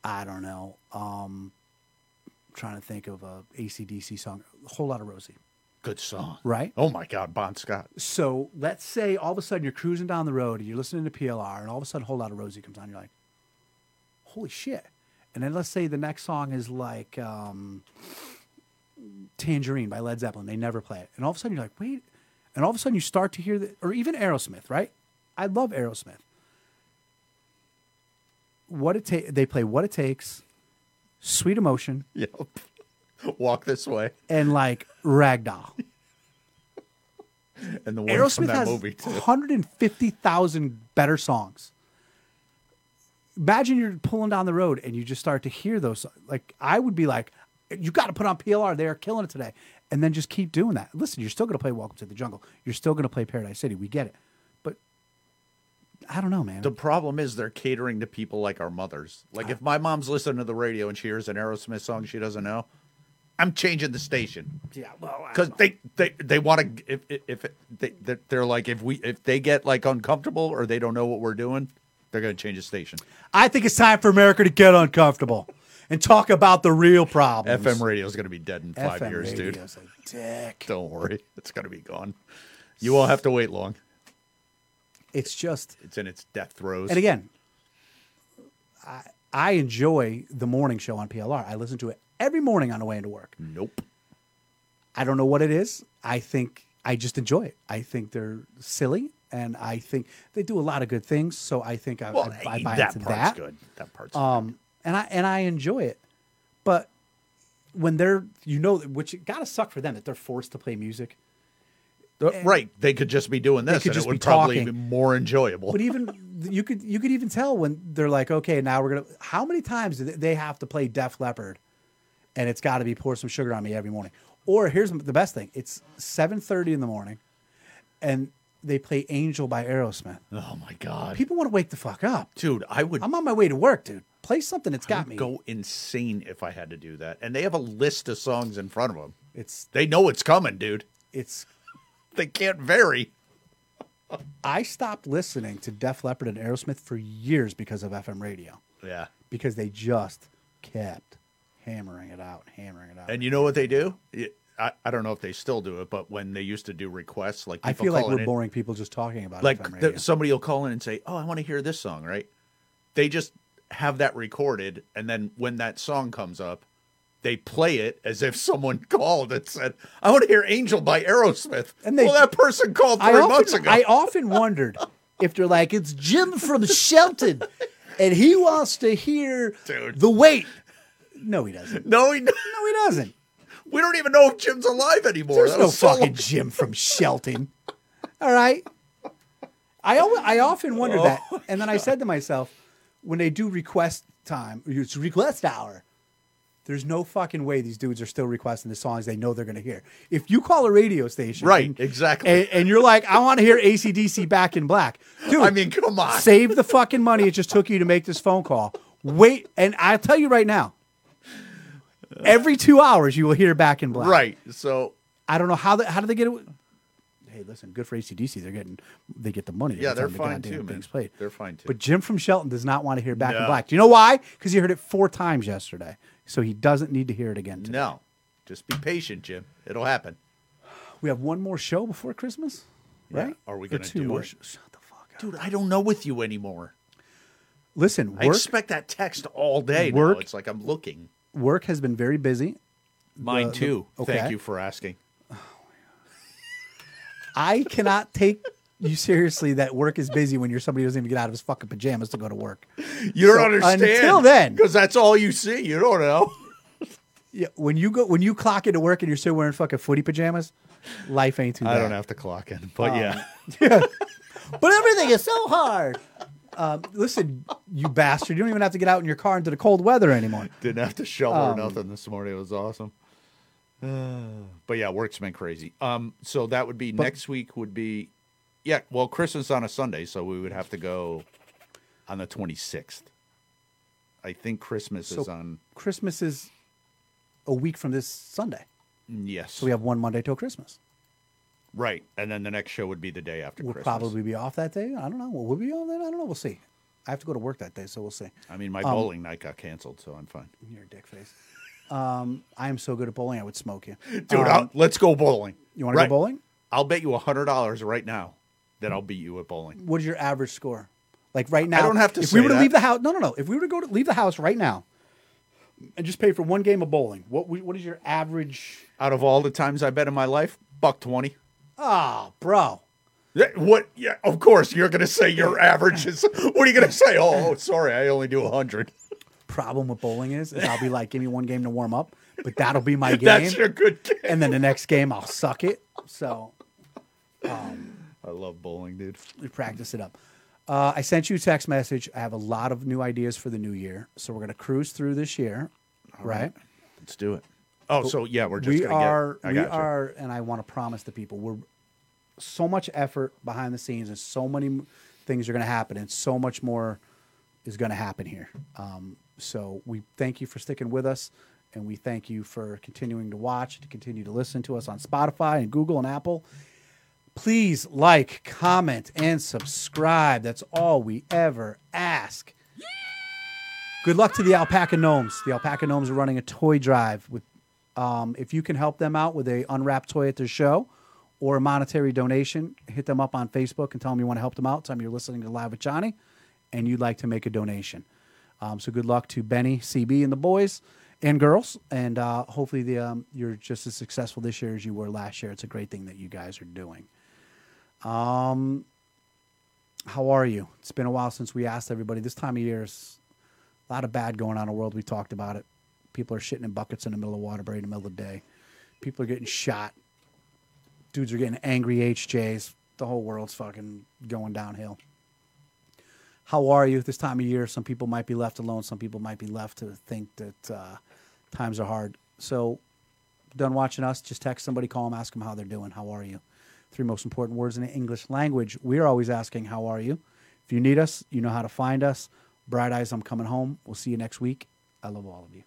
B: I don't know, um, trying to think of a ACDC song, a whole lot of Rosie,
C: Good song.
B: right?
C: Oh my god, Bon Scott.
B: So let's say all of a sudden you're cruising down the road and you're listening to PLR, and all of a sudden a whole lot of Rosie comes on. You're like, holy shit. And then let's say the next song is like um, Tangerine by Led Zeppelin. They never play it. And all of a sudden you're like, wait. And all of a sudden you start to hear, the, or even Aerosmith, right? I love Aerosmith. What it ta- they play What It Takes, Sweet Emotion,
C: Yep. Walk this way.
B: and like Ragdoll.
C: And the one from
B: Aerosmith
C: that
B: has
C: movie too.
B: 150,000 better songs. Imagine you're pulling down the road and you just start to hear those. Like I would be like, you got to put on PLR. They are killing it today, and then just keep doing that. Listen, you're still going to play Welcome to the Jungle. You're still going to play Paradise City. We get it, but I don't know, man.
C: The problem is they're catering to people like our mothers. Like if my mom's listening to the radio and she hears an Aerosmith song she doesn't know, I'm changing the station.
B: yeah, well,
C: because they they they want to if if, if it- they they're- they're like if we if they get like uncomfortable or they don't know what we're doing they're gonna change the station
B: I think it's time for America to get uncomfortable and talk about the real problems.
C: fm radio is gonna be dead in five
B: FM
C: years dude
B: radio's a dick.
C: don't worry it's gonna be gone you won't have to wait long
B: It's just
C: it's in its death throes
B: And again, I I enjoy the morning show on PLR. I listen to it every morning on the way into work.
C: nope
B: I don't know what it is. I think I just enjoy it. I think they're silly, and I think they do a lot of good things. So I think I,
C: well
B: I, I buy
C: that
B: into
C: part's
B: that.
C: good that part's
B: Um, and I and I enjoy it, but when they're you know which it gotta suck for them that they're forced to play music.
C: good. right they could just be doing this
B: could
C: and
B: just
C: it
B: be
C: would probably
B: talking.
C: be more enjoyable
B: But even you could you could even tell when they're like, okay, now we're gonna. How many times do they- they have to play Def Leppard, and it's got to be pour some sugar on me every morning. Or here's the best thing: it's seven thirty in the morning, and they play Angel by Aerosmith.
C: oh my god
B: People want to wake the fuck up.
C: dude i would
B: I'm on my way to work, dude. Play something that's
C: I
B: got
C: would
B: me.
C: go insane if i had to do that and they have a list of songs in front of them
B: It's
C: they know it's coming dude
B: it's.
C: they can't vary.
B: I stopped listening to Def Leppard and Aerosmith for years because of FM radio
C: Yeah.
B: because they just kept hammering it out, hammering it out.
C: And you know what they do? Y- I, I don't know if they still do it, but when they used to do requests, like
B: I
C: people
B: feel like
C: calling
B: we're
C: in-
B: boring people just talking about
C: Like
B: FM
C: th-
B: radio.
C: somebody will call in and say, "Oh, I want to hear this song," right? They just have that recorded, and then when that song comes up, they play it as if someone called and said, "I want to hear Angel by Aerosmith."
B: And they-
C: well, that person called three
B: I
C: months
B: often,
C: ago.
B: I often wondered if they're like,
G: It's Jim from Shelton, and he wants to hear
C: Dude.
G: the weight.
B: no, he doesn't.
C: no, he,
B: No, he doesn't.
C: we don't even know if Jim's alive anymore.
B: There's
C: That
B: no
C: was so
B: fucking
C: long-
B: Jim from Shelton. All right. I al- I often wondered that, and then I said to myself, when they do request time, it's request hour. There's no fucking way these dudes are still requesting the songs they know they're going to hear. If you call a radio station,
C: Right,
B: and-
C: exactly.
B: and, and you're like, I want to hear ACDC Back in Black, dude.
C: I mean, come on.
B: save the fucking money it just took you to make this phone call. Wait, and I'll tell you right now. Every two hours, you will hear back in black.
C: right. So
B: I don't know how the, how do they get it. Hey, listen, good for ACDC. They're getting they get the money.
C: Yeah,
B: every
C: they're
B: time the
C: fine
B: goddamn
C: too, man.
B: thing's Played.
C: They're fine too.
B: But Jim from Shelton does not want to hear back in
C: No.
B: black. Do you know why? Because he heard it four times yesterday, so he doesn't need to hear it again. Today.
C: no, just be patient, Jim. It'll happen.
B: We have one more show before Christmas,
C: Yeah.
B: right?
C: Are we
B: Or
C: gonna
B: two
C: do
B: more?
C: it?
B: sh- Shut the fuck up,
C: Dude, I don't know with you anymore.
B: Listen,
C: I
B: work
C: expect that text all day. now.
B: Work-
C: It's like I'm looking.
B: work has been very busy.
C: Mine too.
B: okay.
C: Thank you for asking.
B: I cannot take you seriously that work is busy when you're somebody who doesn't even get out of his fucking pajamas to go to work.
C: You don't
B: So,
C: understand.
B: until then-
C: Because that's all you see. You don't know.
B: Yeah, when you go when you clock into work and you're still wearing fucking footy pajamas, life ain't too bad.
C: I don't have to clock in. But yeah.
G: But everything is so hard.
B: Um, Listen, you bastard, you don't even have to get out in your car into the cold weather anymore.
C: Didn't have to shovel
B: Um,
C: or nothing this morning. It was awesome. but yeah, work's been crazy. Um, so that would be next week would be yeah, well, Christmas on a Sunday, so we would have to go on the twenty sixth. I think Christmas is
B: So-
C: on
B: Christmas is a week from this Sunday.
C: yes.
B: We have one Monday till Christmas.
C: right. And then the next show would be the day after
B: We'll
C: Christmas.
B: probably be off that day. I don't know. Will we be off then? I don't know. We'll see. I have to go to work that day, so we'll see.
C: I mean my
B: um,
C: bowling night got canceled, so I'm fine.
B: You're a dick face. Um, I am so good at bowling, I would smoke you. Uh,
C: Dude, I'll- let's go bowling.
B: um, You want to
C: Right.
B: go bowling?
C: I'll bet you hundred dollars right now that I'll beat you at bowling.
B: What is your average score? Like right now,
C: don't have to
B: If
C: say
B: we were to
C: that.
B: leave the house, no, no, no. If we were to go to leave the house right now, and just pay for one game of bowling, what we, what is your average?
C: Out of all the times I bet in my life, buck twenty.
B: Oh, bro,
C: Yeah, What? Yeah, of course you're gonna say your average is. What are you gonna say? Oh, oh, sorry, I only do hundred.
B: problem with bowling is, is I'll be like, give me one game to warm up, but that'll be my game.
C: That's your good game.
B: and then the next game I'll suck it. So
C: I love bowling, dude.
B: we practice it up. Uh, I sent you a text message. I have a lot of new ideas for the new year, so we're gonna cruise through this year, right?
C: Let's do it. Oh, so yeah, we're just
B: we
C: gonna
B: are,
C: get. I
B: we
C: gotcha.
B: are, and I want to promise the people we're so much effort behind the scenes, and so many m- things are gonna happen, and so much more is gonna happen here. Um, so we thank you for sticking with us. And we thank you for continuing to watch, to continue to listen to us on Spotify and Google and Apple. please like, comment, and subscribe. That's all we ever ask. Good luck to the alpaca gnomes. The alpaca gnomes are running a toy drive with. Um, if you can help them out with a unwrapped toy at their show or a monetary donation, hit them up on Facebook and tell them you want to help them out. Tell them you're listening to Live with Johnny and you'd like to make a donation. Um, so good luck to Benny, CB, and the boys and girls. And uh, hopefully the, um, you're just as successful this year as you were last year. It's a great thing that you guys are doing. Um, How are you? It's been a while since we asked everybody. This time of year is a lot of bad going on in the world. We talked about it. People are shitting in buckets in the middle of Waterbury in the middle of the day. People are getting shot. Dudes are getting angry HJs. The whole world's fucking going downhill. How are you this time of year? Some people might be left alone. Some people might be left to think that uh, times are hard. So, done watching us, just text somebody, call them, ask them how they're doing. How are you? Three most important words in the English language. We're always asking, How are you? If you need us, you know how to find us. Bright Eyes, I'm coming home. We'll see you next week. I love all of you.